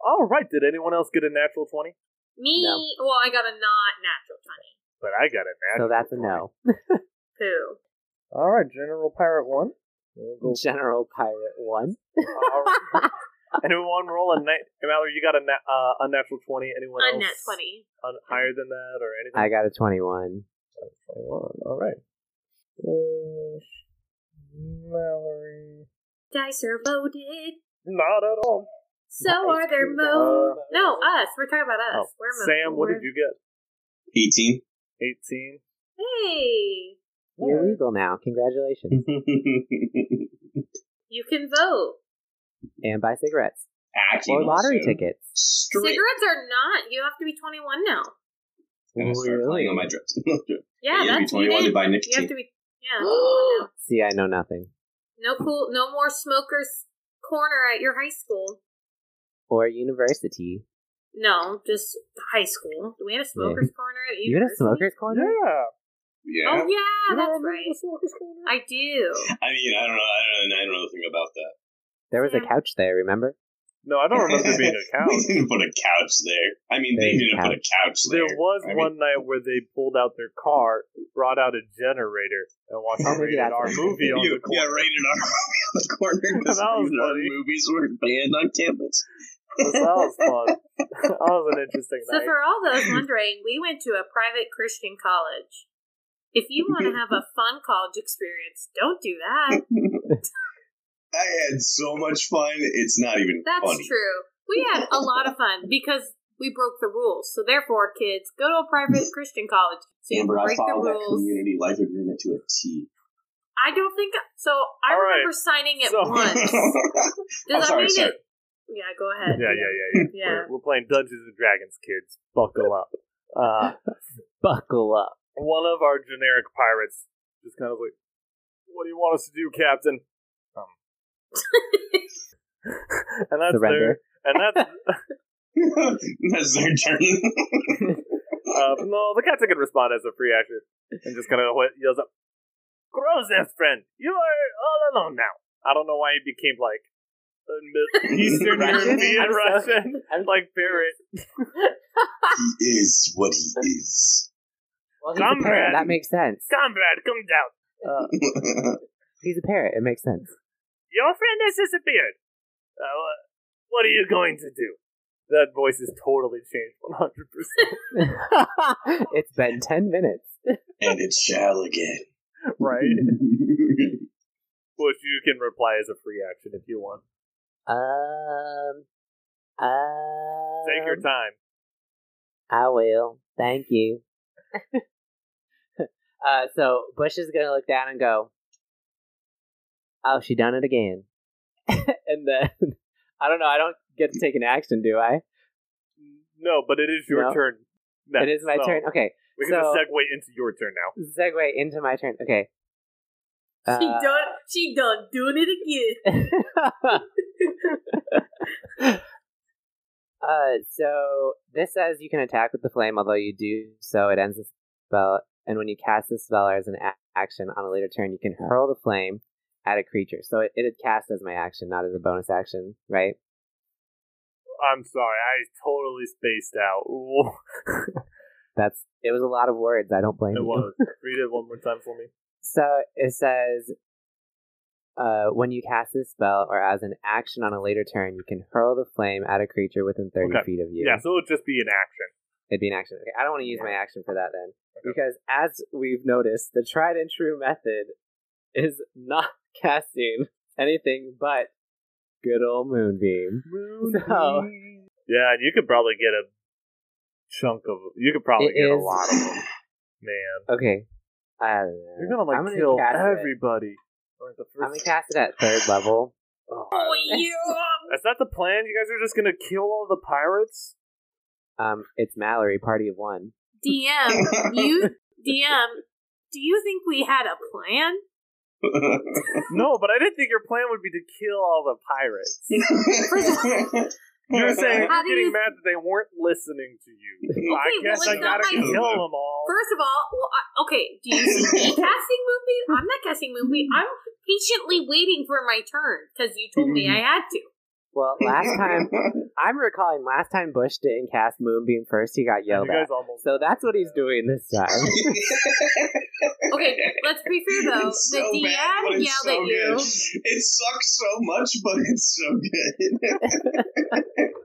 Speaker 1: all right. Did anyone else get a natural twenty?
Speaker 3: Me, well, I got a not natural twenty.
Speaker 1: But I got a
Speaker 5: So
Speaker 1: natural.
Speaker 5: that's a no.
Speaker 3: Poo.
Speaker 1: all right, General Pirate one. We'll
Speaker 5: [laughs]
Speaker 1: go
Speaker 5: General Pirate 1.
Speaker 1: Alright. [laughs] Anyone roll a night? Mallory, you got a na- uh, unnatural twenty. Anyone
Speaker 3: A
Speaker 1: else
Speaker 3: net twenty.
Speaker 1: un- higher than that or anything?
Speaker 5: I got a 21.
Speaker 1: 21. All right. Uh, Mallory,
Speaker 3: Dice are loaded.
Speaker 1: not at all.
Speaker 3: So are their mo.
Speaker 1: Uh,
Speaker 3: no, us. We're talking about
Speaker 1: [laughs] oh,
Speaker 3: us. We're mo-
Speaker 1: Sam, what
Speaker 3: we're-
Speaker 1: did you get? [laughs]
Speaker 6: 18.
Speaker 1: Eighteen.
Speaker 3: Hey,
Speaker 5: You're legal now. Congratulations.
Speaker 3: you can vote. Mm.
Speaker 5: and buy cigarettes.
Speaker 6: Acumen,
Speaker 5: Or lottery
Speaker 6: so
Speaker 5: tickets.
Speaker 6: Straight.
Speaker 3: Cigarettes are not. You have to be twenty one now.
Speaker 6: I'm gonna start playing on my [laughs] drugs.
Speaker 3: Yeah,
Speaker 6: you have to be
Speaker 3: that's you
Speaker 6: 21 to
Speaker 3: did.
Speaker 6: buy
Speaker 3: You have to
Speaker 6: nicotine.
Speaker 3: be. Yeah. no.
Speaker 5: See, I know nothing.
Speaker 3: No cool. No more smokers corner at your high school.
Speaker 5: Or university.
Speaker 3: No, just high school. Do we have a smokers corner at
Speaker 5: You had a
Speaker 3: university?
Speaker 5: smoker's corner?
Speaker 1: Yeah.
Speaker 6: Yeah.
Speaker 3: Oh yeah, that's right.
Speaker 1: right.
Speaker 3: I do.
Speaker 6: I mean, I don't know. I don't, I don't know anything about that.
Speaker 5: There was
Speaker 3: Yeah.
Speaker 5: a couch there, remember?
Speaker 1: No, I don't remember there being
Speaker 6: [laughs]
Speaker 1: a
Speaker 6: we
Speaker 1: couch.
Speaker 6: didn't put a couch there. I mean, they
Speaker 5: There's a
Speaker 6: didn't put a couch there.
Speaker 1: There was
Speaker 6: I mean-
Speaker 1: one night where they pulled out their car, brought out a generator, and watched
Speaker 5: Oh,
Speaker 1: a
Speaker 5: maybe
Speaker 1: rated
Speaker 5: that's-
Speaker 1: R
Speaker 6: [laughs]
Speaker 1: movie on
Speaker 6: You-
Speaker 1: the corner.
Speaker 6: Yeah, rated R movie on the corner because
Speaker 1: [laughs] That was
Speaker 6: rated R
Speaker 1: funny.
Speaker 6: movies were banned on campus.
Speaker 1: So that was fun. [laughs] that was an interesting
Speaker 3: So
Speaker 1: night.
Speaker 3: for all
Speaker 6: [laughs]
Speaker 3: those wondering, we went to a private Christian college. If you want to
Speaker 6: Mm-hmm.
Speaker 3: have a fun college experience, don't do
Speaker 6: [laughs]
Speaker 3: that.
Speaker 6: I had so much fun. It's not even
Speaker 3: That's
Speaker 6: funny.
Speaker 3: true. We had a lot of fun because we broke the rules. So therefore, kids, go to a private Christian college so you
Speaker 6: Amber, I
Speaker 3: break the
Speaker 6: followed that
Speaker 3: rules.
Speaker 6: community life agreement to a T.
Speaker 3: I don't think so. I
Speaker 1: All right.
Speaker 3: remember signing it
Speaker 1: So- [laughs]
Speaker 3: once. Does
Speaker 6: I'm
Speaker 3: that
Speaker 6: sorry,
Speaker 3: mean
Speaker 6: sorry.
Speaker 3: it? Yeah, go
Speaker 1: Yeah,
Speaker 3: ahead.
Speaker 1: yeah, yeah, yeah.
Speaker 3: Yeah.
Speaker 1: We're, we're playing Dungeons and Dragons, kids. Buckle up. Uh,
Speaker 5: Buckle up.
Speaker 1: one of our generic pirates just kind of like, "What do you want us to do, Captain?"
Speaker 3: [laughs]
Speaker 1: Um, [laughs] and that's
Speaker 5: Surrender.
Speaker 1: their and that's
Speaker 6: [laughs] That's their
Speaker 1: [laughs]
Speaker 6: turn.
Speaker 1: uh, [laughs] no. The captain can respond as a free action and just kind of yells up, "Grozeth, friend, you are all alone now." I don't know why he became like a Mid- Eastern
Speaker 6: [laughs]
Speaker 5: Russian?
Speaker 3: [laughs]
Speaker 1: European
Speaker 5: I'm sorry.
Speaker 1: Russian,
Speaker 5: I'm-
Speaker 1: [laughs] like parrot.
Speaker 6: he is what he is. [laughs]
Speaker 5: Well, he's a
Speaker 1: Comrade.
Speaker 5: parrot. That makes sense.
Speaker 1: Comrade, come down. Uh,
Speaker 5: He's a parrot. It makes [laughs] sense.
Speaker 1: Your friend has disappeared. Uh, wha- what are you going to do? That voice is totally changed 100%.
Speaker 5: it's been 10 minutes.
Speaker 6: and it shall again.
Speaker 1: [laughs] [laughs]
Speaker 6: [laughs]
Speaker 1: right? Which you can reply as a free action if you want.
Speaker 5: Um. Um.
Speaker 1: Take your time.
Speaker 5: I will. Thank you. [laughs] uh, so Bush is gonna look down and go, "Oh, she done it again." [laughs] and then [laughs] I don't know. I don't get to take an action, do I?
Speaker 1: No, but it is your
Speaker 5: No.
Speaker 1: turn. next,
Speaker 5: it is my
Speaker 1: so
Speaker 5: turn. Okay,
Speaker 1: We're going to
Speaker 5: so-
Speaker 1: segue into your turn now.
Speaker 5: segue into my turn. Okay.
Speaker 3: She done. She done doing it again.
Speaker 5: [laughs] uh, so this says you can attack with the flame, although you do so it ends the spell. And when you cast the spell as an a- action on a later turn, you can hurl the flame at a creature. So it it had cast as my action, not as a bonus action, right?
Speaker 1: I'm sorry. I totally spaced out. [laughs] Ooh.
Speaker 5: That's it was a lot of words. I don't blame
Speaker 1: it
Speaker 5: you.
Speaker 1: was. Read it one more time for me.
Speaker 5: So it says, uh, when you cast this spell or as an action on a later turn, you can hurl the flame at a creature within thirty
Speaker 1: Okay.
Speaker 5: feet of you.
Speaker 1: Yeah, so it'll just be an action.
Speaker 5: It'd be an action. Okay, I don't want to use my action for that then, because as we've noticed, the tried and true method is not [laughs] casting anything but good old moonbeam. [laughs] So
Speaker 1: Yeah, and you could probably get a chunk of. You could probably
Speaker 5: It
Speaker 1: get a
Speaker 5: is-
Speaker 1: lot of them, man.
Speaker 5: okay, I don't know.
Speaker 1: You're gonna like
Speaker 5: I'm gonna
Speaker 1: kill
Speaker 5: cast it.
Speaker 1: everybody. Or the
Speaker 5: I'm gonna
Speaker 1: first-
Speaker 5: cast it at third level.
Speaker 3: Oh,
Speaker 6: [laughs]
Speaker 3: yeah.
Speaker 1: That's not the plan. You guys are just gonna kill all the
Speaker 5: [laughs]
Speaker 1: pirates.
Speaker 5: Um, it's Mallory, party of one.
Speaker 6: [laughs]
Speaker 3: DM, you DM, do you think we had a plan?
Speaker 1: no, but I didn't think your plan would be to kill all the
Speaker 5: [laughs]
Speaker 1: pirates. You were saying you're
Speaker 3: How do
Speaker 1: getting
Speaker 3: you-
Speaker 1: mad that they weren't listening to you. I
Speaker 3: Okay, well,
Speaker 1: guess
Speaker 3: it's
Speaker 1: I
Speaker 3: not
Speaker 1: gotta
Speaker 3: my-
Speaker 1: kill them all.
Speaker 3: First of all, well, I, okay, do you see
Speaker 6: [laughs]
Speaker 3: me casting movie? I'm not casting movie.
Speaker 6: Mm-hmm.
Speaker 3: I'm patiently waiting for my turn because you told me
Speaker 6: Mm-hmm.
Speaker 3: I had to.
Speaker 5: Well, last
Speaker 1: [laughs]
Speaker 5: time I'm recalling, last time Bush didn't cast Moonbeam first, he got
Speaker 1: you
Speaker 5: yelled
Speaker 1: guys
Speaker 5: at.
Speaker 1: almost.
Speaker 5: So that's what he's doing this
Speaker 1: [laughs]
Speaker 5: time.
Speaker 3: Okay, let's be fair
Speaker 6: [laughs]
Speaker 3: though.
Speaker 6: It's
Speaker 3: The
Speaker 6: so
Speaker 3: DM
Speaker 6: bad, but
Speaker 3: yelled
Speaker 6: it's so
Speaker 3: at you.
Speaker 6: good. It sucks so much, but it's so good.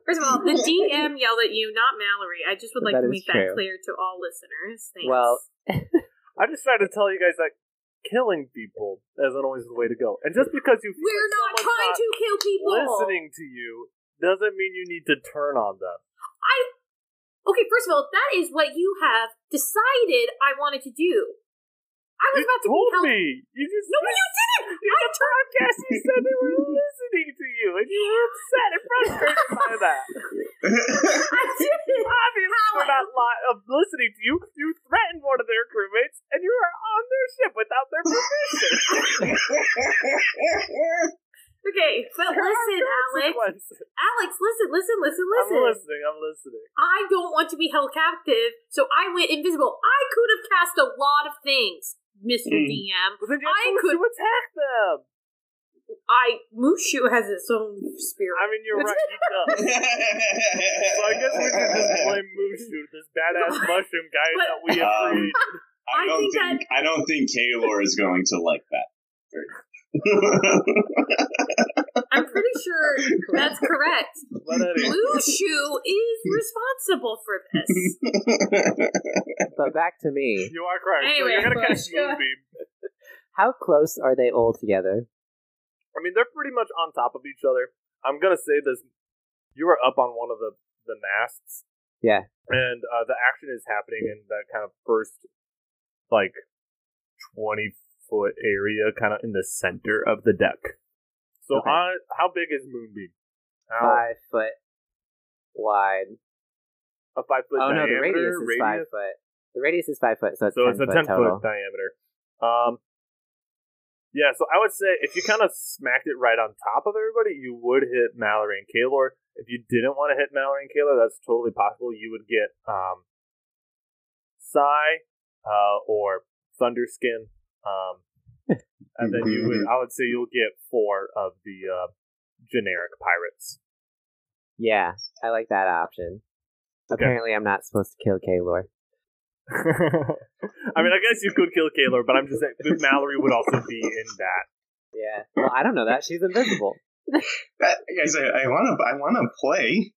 Speaker 3: First of all,
Speaker 6: [laughs]
Speaker 3: the DM yelled at you, not Mallory. I just would like
Speaker 5: That
Speaker 3: to
Speaker 5: is
Speaker 3: make that
Speaker 5: true.
Speaker 3: clear to all listeners. Thanks.
Speaker 5: Well,
Speaker 1: I just tried to tell you guys that killing people isn't always the way to go. And just because you feel
Speaker 3: we're not
Speaker 1: someone's
Speaker 3: trying to kill people.
Speaker 1: listening to you doesn't mean you need to turn on them.
Speaker 3: Okay, first of all, that is what you have decided I wanted to do. I was
Speaker 1: You
Speaker 3: about to be
Speaker 1: told
Speaker 3: held.
Speaker 1: me. You just
Speaker 3: No,
Speaker 1: [laughs]
Speaker 3: but you didn't.
Speaker 1: In the podcast, you said they were listening to you, and you were upset and frustrated
Speaker 3: [laughs]
Speaker 1: by that.
Speaker 3: [laughs] I didn't.
Speaker 1: Obviously,
Speaker 3: How
Speaker 1: they're not li- uh, listening to you. You threatened one of their crewmates, and you were on their ship without their
Speaker 3: [laughs]
Speaker 1: permission.
Speaker 3: Okay, but
Speaker 1: There are
Speaker 3: listen, Alex.
Speaker 1: consequences.
Speaker 3: Alex, listen, listen, listen,
Speaker 1: I'm
Speaker 3: listen.
Speaker 1: listening. I'm listening.
Speaker 3: I don't want to be held captive, so I went invisible. I could have cast a lot of things, Mr.
Speaker 1: Hmm.
Speaker 6: Mm.
Speaker 3: DM.
Speaker 1: But then you
Speaker 3: I
Speaker 1: have to
Speaker 3: could-
Speaker 1: attack them.
Speaker 3: I Mushu has its own spirit.
Speaker 1: I mean, you're right.
Speaker 3: [laughs]
Speaker 1: He does. So I guess we should just blame Mushu, this
Speaker 3: [laughs]
Speaker 1: badass mushroom guy
Speaker 3: But-
Speaker 1: that we have
Speaker 6: Um,
Speaker 1: created.
Speaker 6: [laughs] I
Speaker 3: I
Speaker 6: don't
Speaker 3: think
Speaker 6: think,
Speaker 3: that-
Speaker 6: I don't think Kaylor is going to like that. very
Speaker 3: I'm pretty
Speaker 1: [laughs]
Speaker 3: sure that's correct.
Speaker 1: But anyway,
Speaker 3: Mushu is
Speaker 1: Hmm.
Speaker 3: responsible for this.
Speaker 5: but back to me.
Speaker 1: you are correct. so
Speaker 3: Anyway,
Speaker 1: you're gonna catch
Speaker 3: Bush, yeah.
Speaker 1: Moonbeam.
Speaker 5: How close are they all together?
Speaker 1: I mean, they're pretty much on top of each other. I'm gonna say this: you are up on one of the the masts.
Speaker 5: Yeah.
Speaker 1: and uh, the action is happening in that kind of first, like, twenty foot area, kind of in the center of the deck. So,
Speaker 5: Okay.
Speaker 1: on, how big is Moonbeam? How,
Speaker 5: Five foot wide.
Speaker 1: a five foot
Speaker 5: oh no, the
Speaker 1: diameter.
Speaker 5: radius is five foot. The radius is five foot, so it's
Speaker 1: so
Speaker 5: ten
Speaker 1: it's a
Speaker 5: foot
Speaker 1: ten
Speaker 5: total.
Speaker 1: foot diameter. Um, yeah, so I would say if you kind of smacked it right on top of everybody, you would hit Mallory and Kaylor. If you didn't want to hit Mallory and Kaylor, that's totally possible. You would get um, Psy uh, or Thunderskin, um, and then you would. I would say you'll get four of the uh, generic pirates. [laughs]
Speaker 5: Yeah, I like that option. Apparently, I'm not supposed to kill Kaylor.
Speaker 1: I mean, I guess you could kill Kaylor, but I'm just saying Mallory would also be in that.
Speaker 5: Yeah. Well, I don't know that she's invisible.
Speaker 6: That- guys, I want to I want to [laughs] play.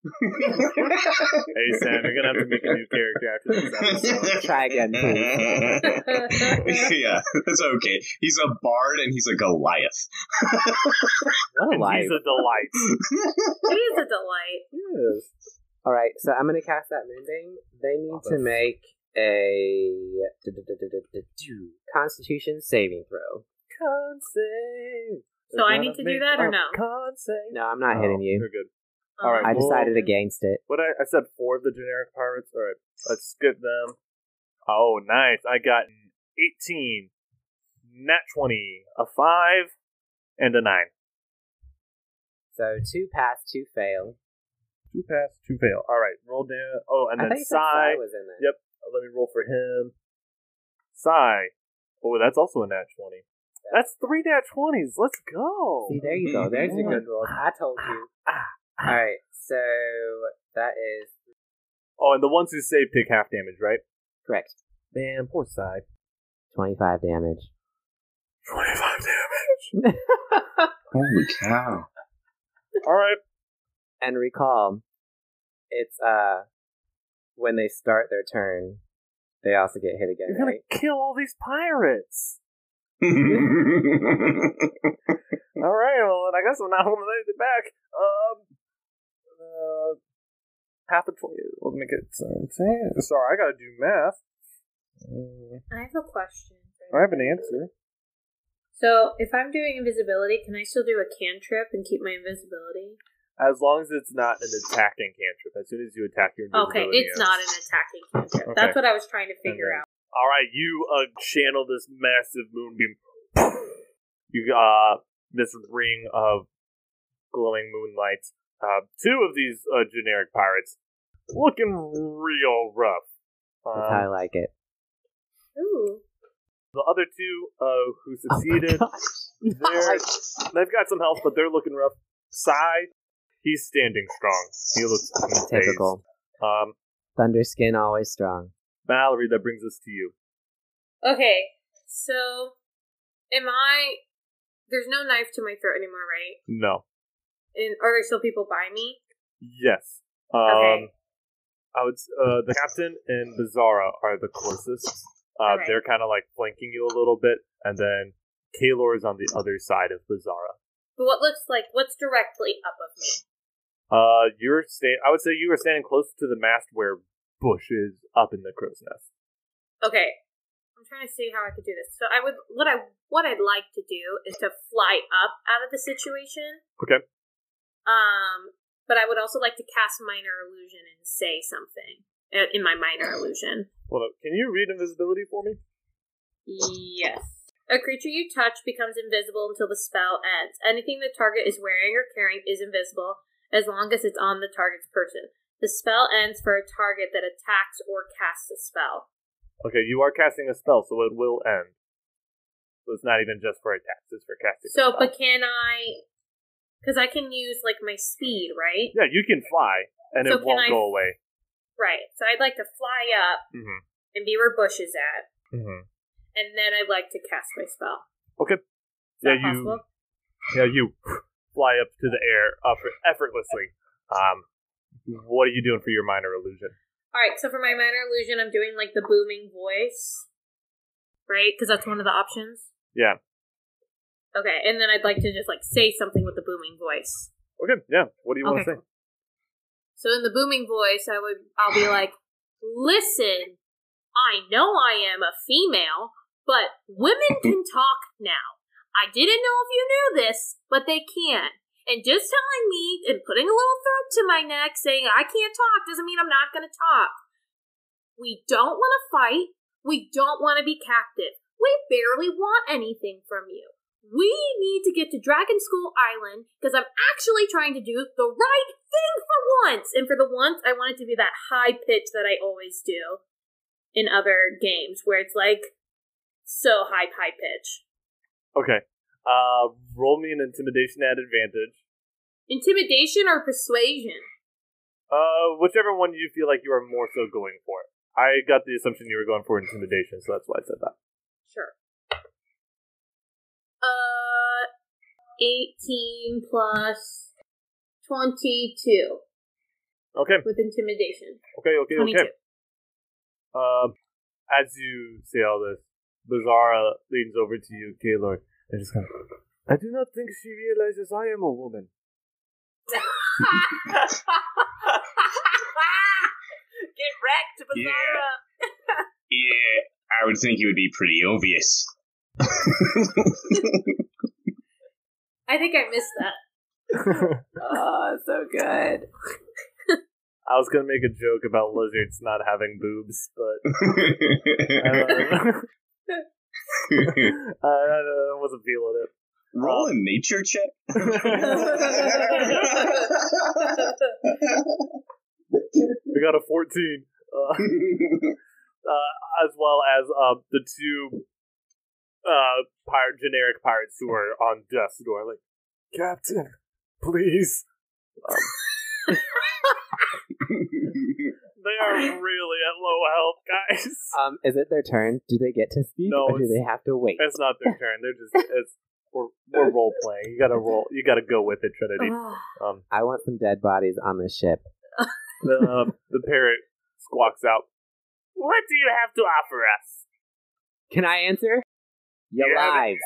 Speaker 1: Hey Sam, you're gonna have to make a new character after this
Speaker 3: [laughs]
Speaker 4: [laughs]
Speaker 1: episode.
Speaker 5: Try again,
Speaker 1: [laughs]
Speaker 6: Mm-hmm. [laughs] yeah, that's okay. He's a bard and he's a Goliath.
Speaker 5: What a
Speaker 1: And
Speaker 5: life!
Speaker 1: he's a delight.
Speaker 3: It is a delight.
Speaker 1: Yes.
Speaker 5: All right, so I'm gonna cast that moonbeam. They need to make a Constitution saving throw.
Speaker 1: Con save.
Speaker 3: So I need to do that or no?
Speaker 1: Con save.
Speaker 5: No, I'm not hitting
Speaker 1: Oh,
Speaker 5: you.
Speaker 1: You're good. All
Speaker 3: Um,
Speaker 1: right.
Speaker 5: I
Speaker 1: well-
Speaker 5: decided against it.
Speaker 1: What I, I said four of the generic pirates. All right, let's skip them. Oh, nice. I got an 18, nat 20, a 5, and a 9.
Speaker 5: So two pass, two fail.
Speaker 1: Two pass, two fail. All right, roll down. Oh, and
Speaker 5: I
Speaker 1: then
Speaker 5: think
Speaker 1: Psy.
Speaker 5: Psy was in there.
Speaker 1: Yep. Let me roll for him. Psy. Oh, that's also a nat 20. That's three nat 20s. Let's go.
Speaker 5: See, there you go. There's a good roll. I told you. All right, so that is
Speaker 1: Oh, and the ones who save take half damage, right?
Speaker 5: correct.
Speaker 1: Man, poor side.
Speaker 5: 25 damage.
Speaker 1: 25 damage. [laughs]
Speaker 6: Holy [laughs] cow!
Speaker 1: All right.
Speaker 5: And recall, it's uh when they start their turn, they also get hit again.
Speaker 1: You're gonna
Speaker 5: right?
Speaker 1: kill all these pirates.
Speaker 6: All
Speaker 1: All right, well, then I guess I'm not holding anything back. Um, uh, half a twenty. Let me get seventeen. Sorry, I gotta do math. Uh,
Speaker 3: I have a question.
Speaker 1: I have an answer.
Speaker 3: So, if I'm doing invisibility, can I still do a cantrip and keep my invisibility?
Speaker 1: As long as it's not an attacking cantrip. As soon as you attack your
Speaker 3: Okay,
Speaker 1: invisibility
Speaker 3: it's
Speaker 1: ends.
Speaker 3: not an attacking cantrip.
Speaker 1: Okay.
Speaker 3: That's what I was trying to figure
Speaker 1: Okay.
Speaker 3: out.
Speaker 1: All right, you uh, channel this massive moonbeam. You got uh, this ring of glowing moonlight. Uh, two of these uh, generic pirates looking real rough.
Speaker 5: That's how I
Speaker 1: Um, [laughs]
Speaker 5: like it.
Speaker 3: Ooh.
Speaker 1: the other two uh, who
Speaker 5: [laughs]
Speaker 1: succeeded, they're, they've got some health, but they're looking rough. Sai, he's standing strong. He looks unfazed.
Speaker 5: Typical.
Speaker 1: Um,
Speaker 5: Thunderskin always strong.
Speaker 1: Mallory, that brings us to you.
Speaker 3: Okay, so am I? There's no knife to my throat anymore, right?
Speaker 1: No.
Speaker 3: And are there still people by me?
Speaker 1: Yes. Um,
Speaker 3: Okay.
Speaker 1: I would. s- Uh, the captain and Bizarra are the closest. Uh,
Speaker 3: Alright.
Speaker 1: They're kind of like flanking you a little bit, and then Kalor is on the other side of Bizarra.
Speaker 3: But what looks like what's directly up of me?
Speaker 1: Uh, you're sta- I would say you are standing close to the mast where Bush is up in the crow's nest.
Speaker 3: Okay, I'm trying to see how I could do this. So I would what I what I'd like to do is to fly up out of the situation.
Speaker 1: Okay.
Speaker 3: Um, but I would also like to cast minor illusion and say something uh, in my minor illusion.
Speaker 1: Well, can you read invisibility for me?
Speaker 3: Yes. A creature you touch becomes invisible until the spell ends. Anything the target is wearing or carrying is invisible as long as it's on the target's person. The spell ends for a target that attacks or casts a spell.
Speaker 1: Okay, you are casting a spell, so it will end. So it's not even just for attacks; it's for casting. a
Speaker 3: So,
Speaker 1: spell.
Speaker 3: but can I? Because I can use like my speed, right?
Speaker 1: yeah, you can fly, and
Speaker 3: So
Speaker 1: it
Speaker 3: can
Speaker 1: won't
Speaker 3: I-
Speaker 1: go away.
Speaker 3: Right. So I'd like to fly up
Speaker 1: Mm-hmm.
Speaker 3: and be where Bush is at,
Speaker 1: Mm-hmm.
Speaker 3: and then I'd like to cast my spell.
Speaker 1: Okay.
Speaker 3: Is
Speaker 1: Yeah,
Speaker 3: that
Speaker 1: you-
Speaker 3: possible?
Speaker 1: Yeah, you fly up to the air effort- effortlessly. Um, what are you doing for your minor illusion?
Speaker 3: All right. So for my minor illusion, I'm doing like the booming voice, right? Because that's one of the options.
Speaker 1: Yeah.
Speaker 3: Okay, and then I'd like to just like say something with the booming voice.
Speaker 1: Okay, yeah. What do you want
Speaker 3: Okay.
Speaker 1: to say?
Speaker 3: So in the booming voice, I would I'll be like, "Listen, I know I am a female, but women can talk now. I didn't know if you knew this, but they can. And just telling me and putting a little thread to my neck saying I can't talk doesn't mean I'm not going to talk. We don't want to fight. We don't want to be captive. We barely want anything from you. We need to get to Dragon School Island because I'm actually trying to do the right thing for once. And for the once, I want it to be that high pitch that I always do in other games where it's like so high, high pitch.
Speaker 1: Okay. Uh, roll me an intimidation at advantage.
Speaker 3: Intimidation or persuasion?
Speaker 1: Uh, whichever one you feel like you are more so going for. I got the assumption you were going for intimidation, so that's why I said that.
Speaker 3: Sure. Uh, 18 plus 22
Speaker 1: Okay,
Speaker 3: with intimidation.
Speaker 1: okay, okay, [laughs]
Speaker 3: 22.
Speaker 1: okay. Um, as you say all this, Bizarra leans over to you, Gaylord, and just kind of, I do not think she realizes I am a woman.
Speaker 3: Get wrecked, Bizarra.
Speaker 4: Yeah, I would think it would be pretty
Speaker 6: [laughs]
Speaker 4: obvious.
Speaker 3: I think I missed that. [laughs]
Speaker 7: Oh, so good.
Speaker 1: I was gonna make a joke about lizards not having boobs, but uh, [laughs] I don't know. I, I wasn't feeling it.
Speaker 6: Roll a nature [laughs] check.
Speaker 1: We got a fourteen, uh, as well as uh, the two uh, pirate, generic pirates who are on death's door, like Captain, please. They are really at low health, guys.
Speaker 5: Um, is it their turn? Do they get to speak,
Speaker 1: No,
Speaker 5: or do
Speaker 1: it's-
Speaker 5: they have to wait?
Speaker 1: It's not their turn. They're just it's we're, we're role playing. You gotta roll. You gotta go with it, Trinity.
Speaker 3: Ah.
Speaker 1: Um,
Speaker 5: I want some dead bodies on the ship.
Speaker 1: the, um, the parrot squawks out. What do you have to offer us?
Speaker 5: Can I answer? You're
Speaker 1: Yeah.
Speaker 5: live.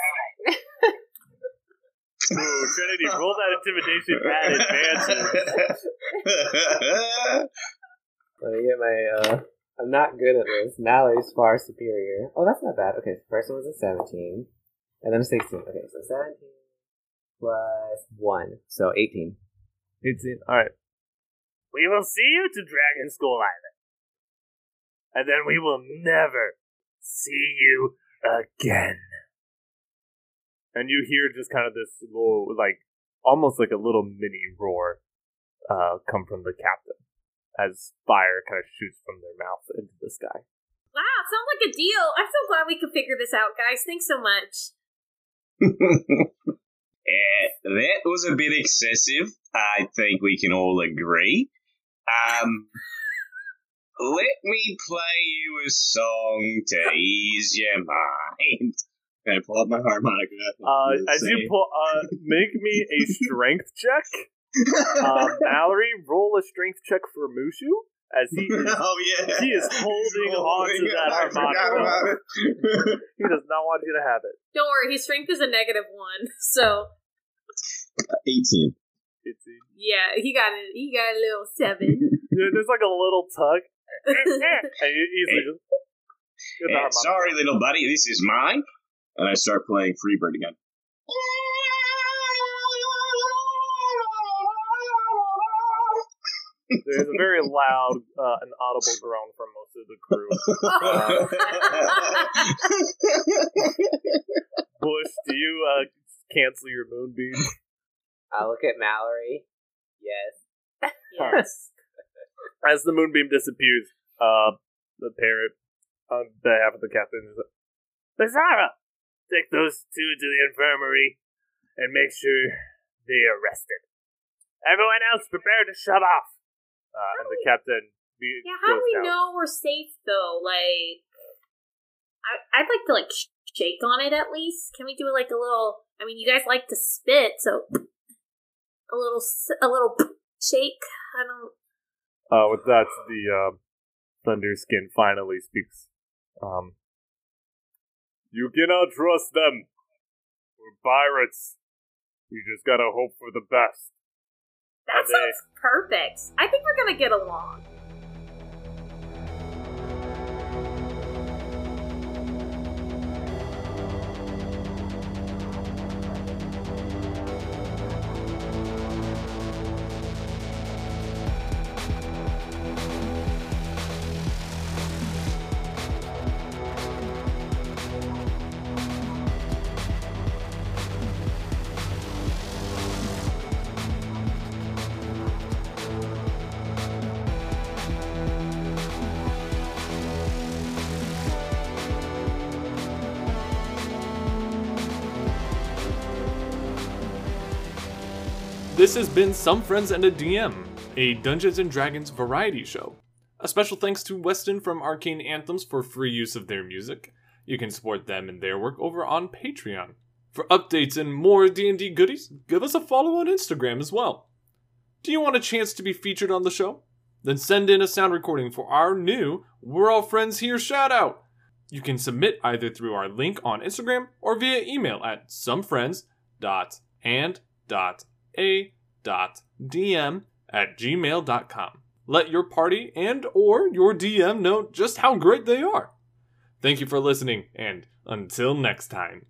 Speaker 1: Ooh, Trinity, roll that intimidation at advantage.
Speaker 6: [laughs]
Speaker 5: Let me get my. Uh, I'm not good at this. Mallory's far superior. Oh, that's not bad. Okay, the first one was a 17, and then a 16. Okay, so 17 plus one, so 18.
Speaker 1: 18. All right. We will see you to Dragon School Island. And then we will never see you again. And you hear just kind of this little, like, almost like a little mini roar uh, come from the captain as fire kind of shoots from their mouth into the sky.
Speaker 3: Wow, sounds like a deal. I'm so glad we could figure this out, guys. Thanks so much.
Speaker 4: [laughs] Eh, that was a bit excessive. I think we can all agree. Um, let me play you a song to ease your mind. Can I pull up my harmonica?
Speaker 1: Uh, as you pull, uh, make me a strength check. Uh, Mallory, roll a strength check for Mushu as he
Speaker 4: [laughs]
Speaker 1: is
Speaker 4: [laughs] oh yeah,
Speaker 1: He is holding on to that
Speaker 4: I forgot
Speaker 1: harmonica.
Speaker 4: about it. [laughs]
Speaker 1: He does not want you to have it.
Speaker 3: Don't worry, his strength is a negative one, [laughs] so
Speaker 4: Eighteen.
Speaker 1: It's yeah,
Speaker 3: yeah, he got a he got a little seven.
Speaker 1: there's like a little tug, and you easily just. Get the
Speaker 4: Eh,
Speaker 1: harmonica.
Speaker 4: sorry, little buddy, this is mine. And I start playing Freebird again.
Speaker 1: There's a very loud uh, and audible groan from most of the
Speaker 4: [laughs]
Speaker 1: crew. Bush, do you uh, cancel your moonbeam?
Speaker 5: I look at Mallory. Yes.
Speaker 3: yes.
Speaker 1: As the moonbeam disappears, uh, the parrot, on behalf of the captain, is like, Lazara, take those two to the infirmary and make sure they are arrested. Everyone else, prepare to shove off. Uh, and the captain be-
Speaker 3: Yeah, how do
Speaker 1: goes
Speaker 3: we
Speaker 1: down.
Speaker 3: know we're safe though? Like, I I'd like to like sh- shake on it at least. Can we do like a little? I mean, you guys like to spit, so a little s- a little shake. I don't.
Speaker 1: Uh, with that, the uh, Thunderskin finally speaks. Um, you cannot trust them. We're pirates. You just gotta hope for the best.
Speaker 3: That
Speaker 1: Are they-
Speaker 3: sounds perfect. I think we're gonna get along.
Speaker 8: This has been Some Friends and a DM, a Dungeons and Dragons variety show. A special thanks to Weston from Arcane Anthems for free use of their music. You can support them and their work over on Patreon. For updates and more D&D goodies, give us a follow on Instagram as well. Do you want a chance to be featured on the show? Then send in a sound recording for our new We're All Friends Here shout out. You can submit either through our link on Instagram or via email at somefriends.and.com a.dm at gmail.com. Let your party and or your DM know just how great they are. Thank you for listening, and until next time.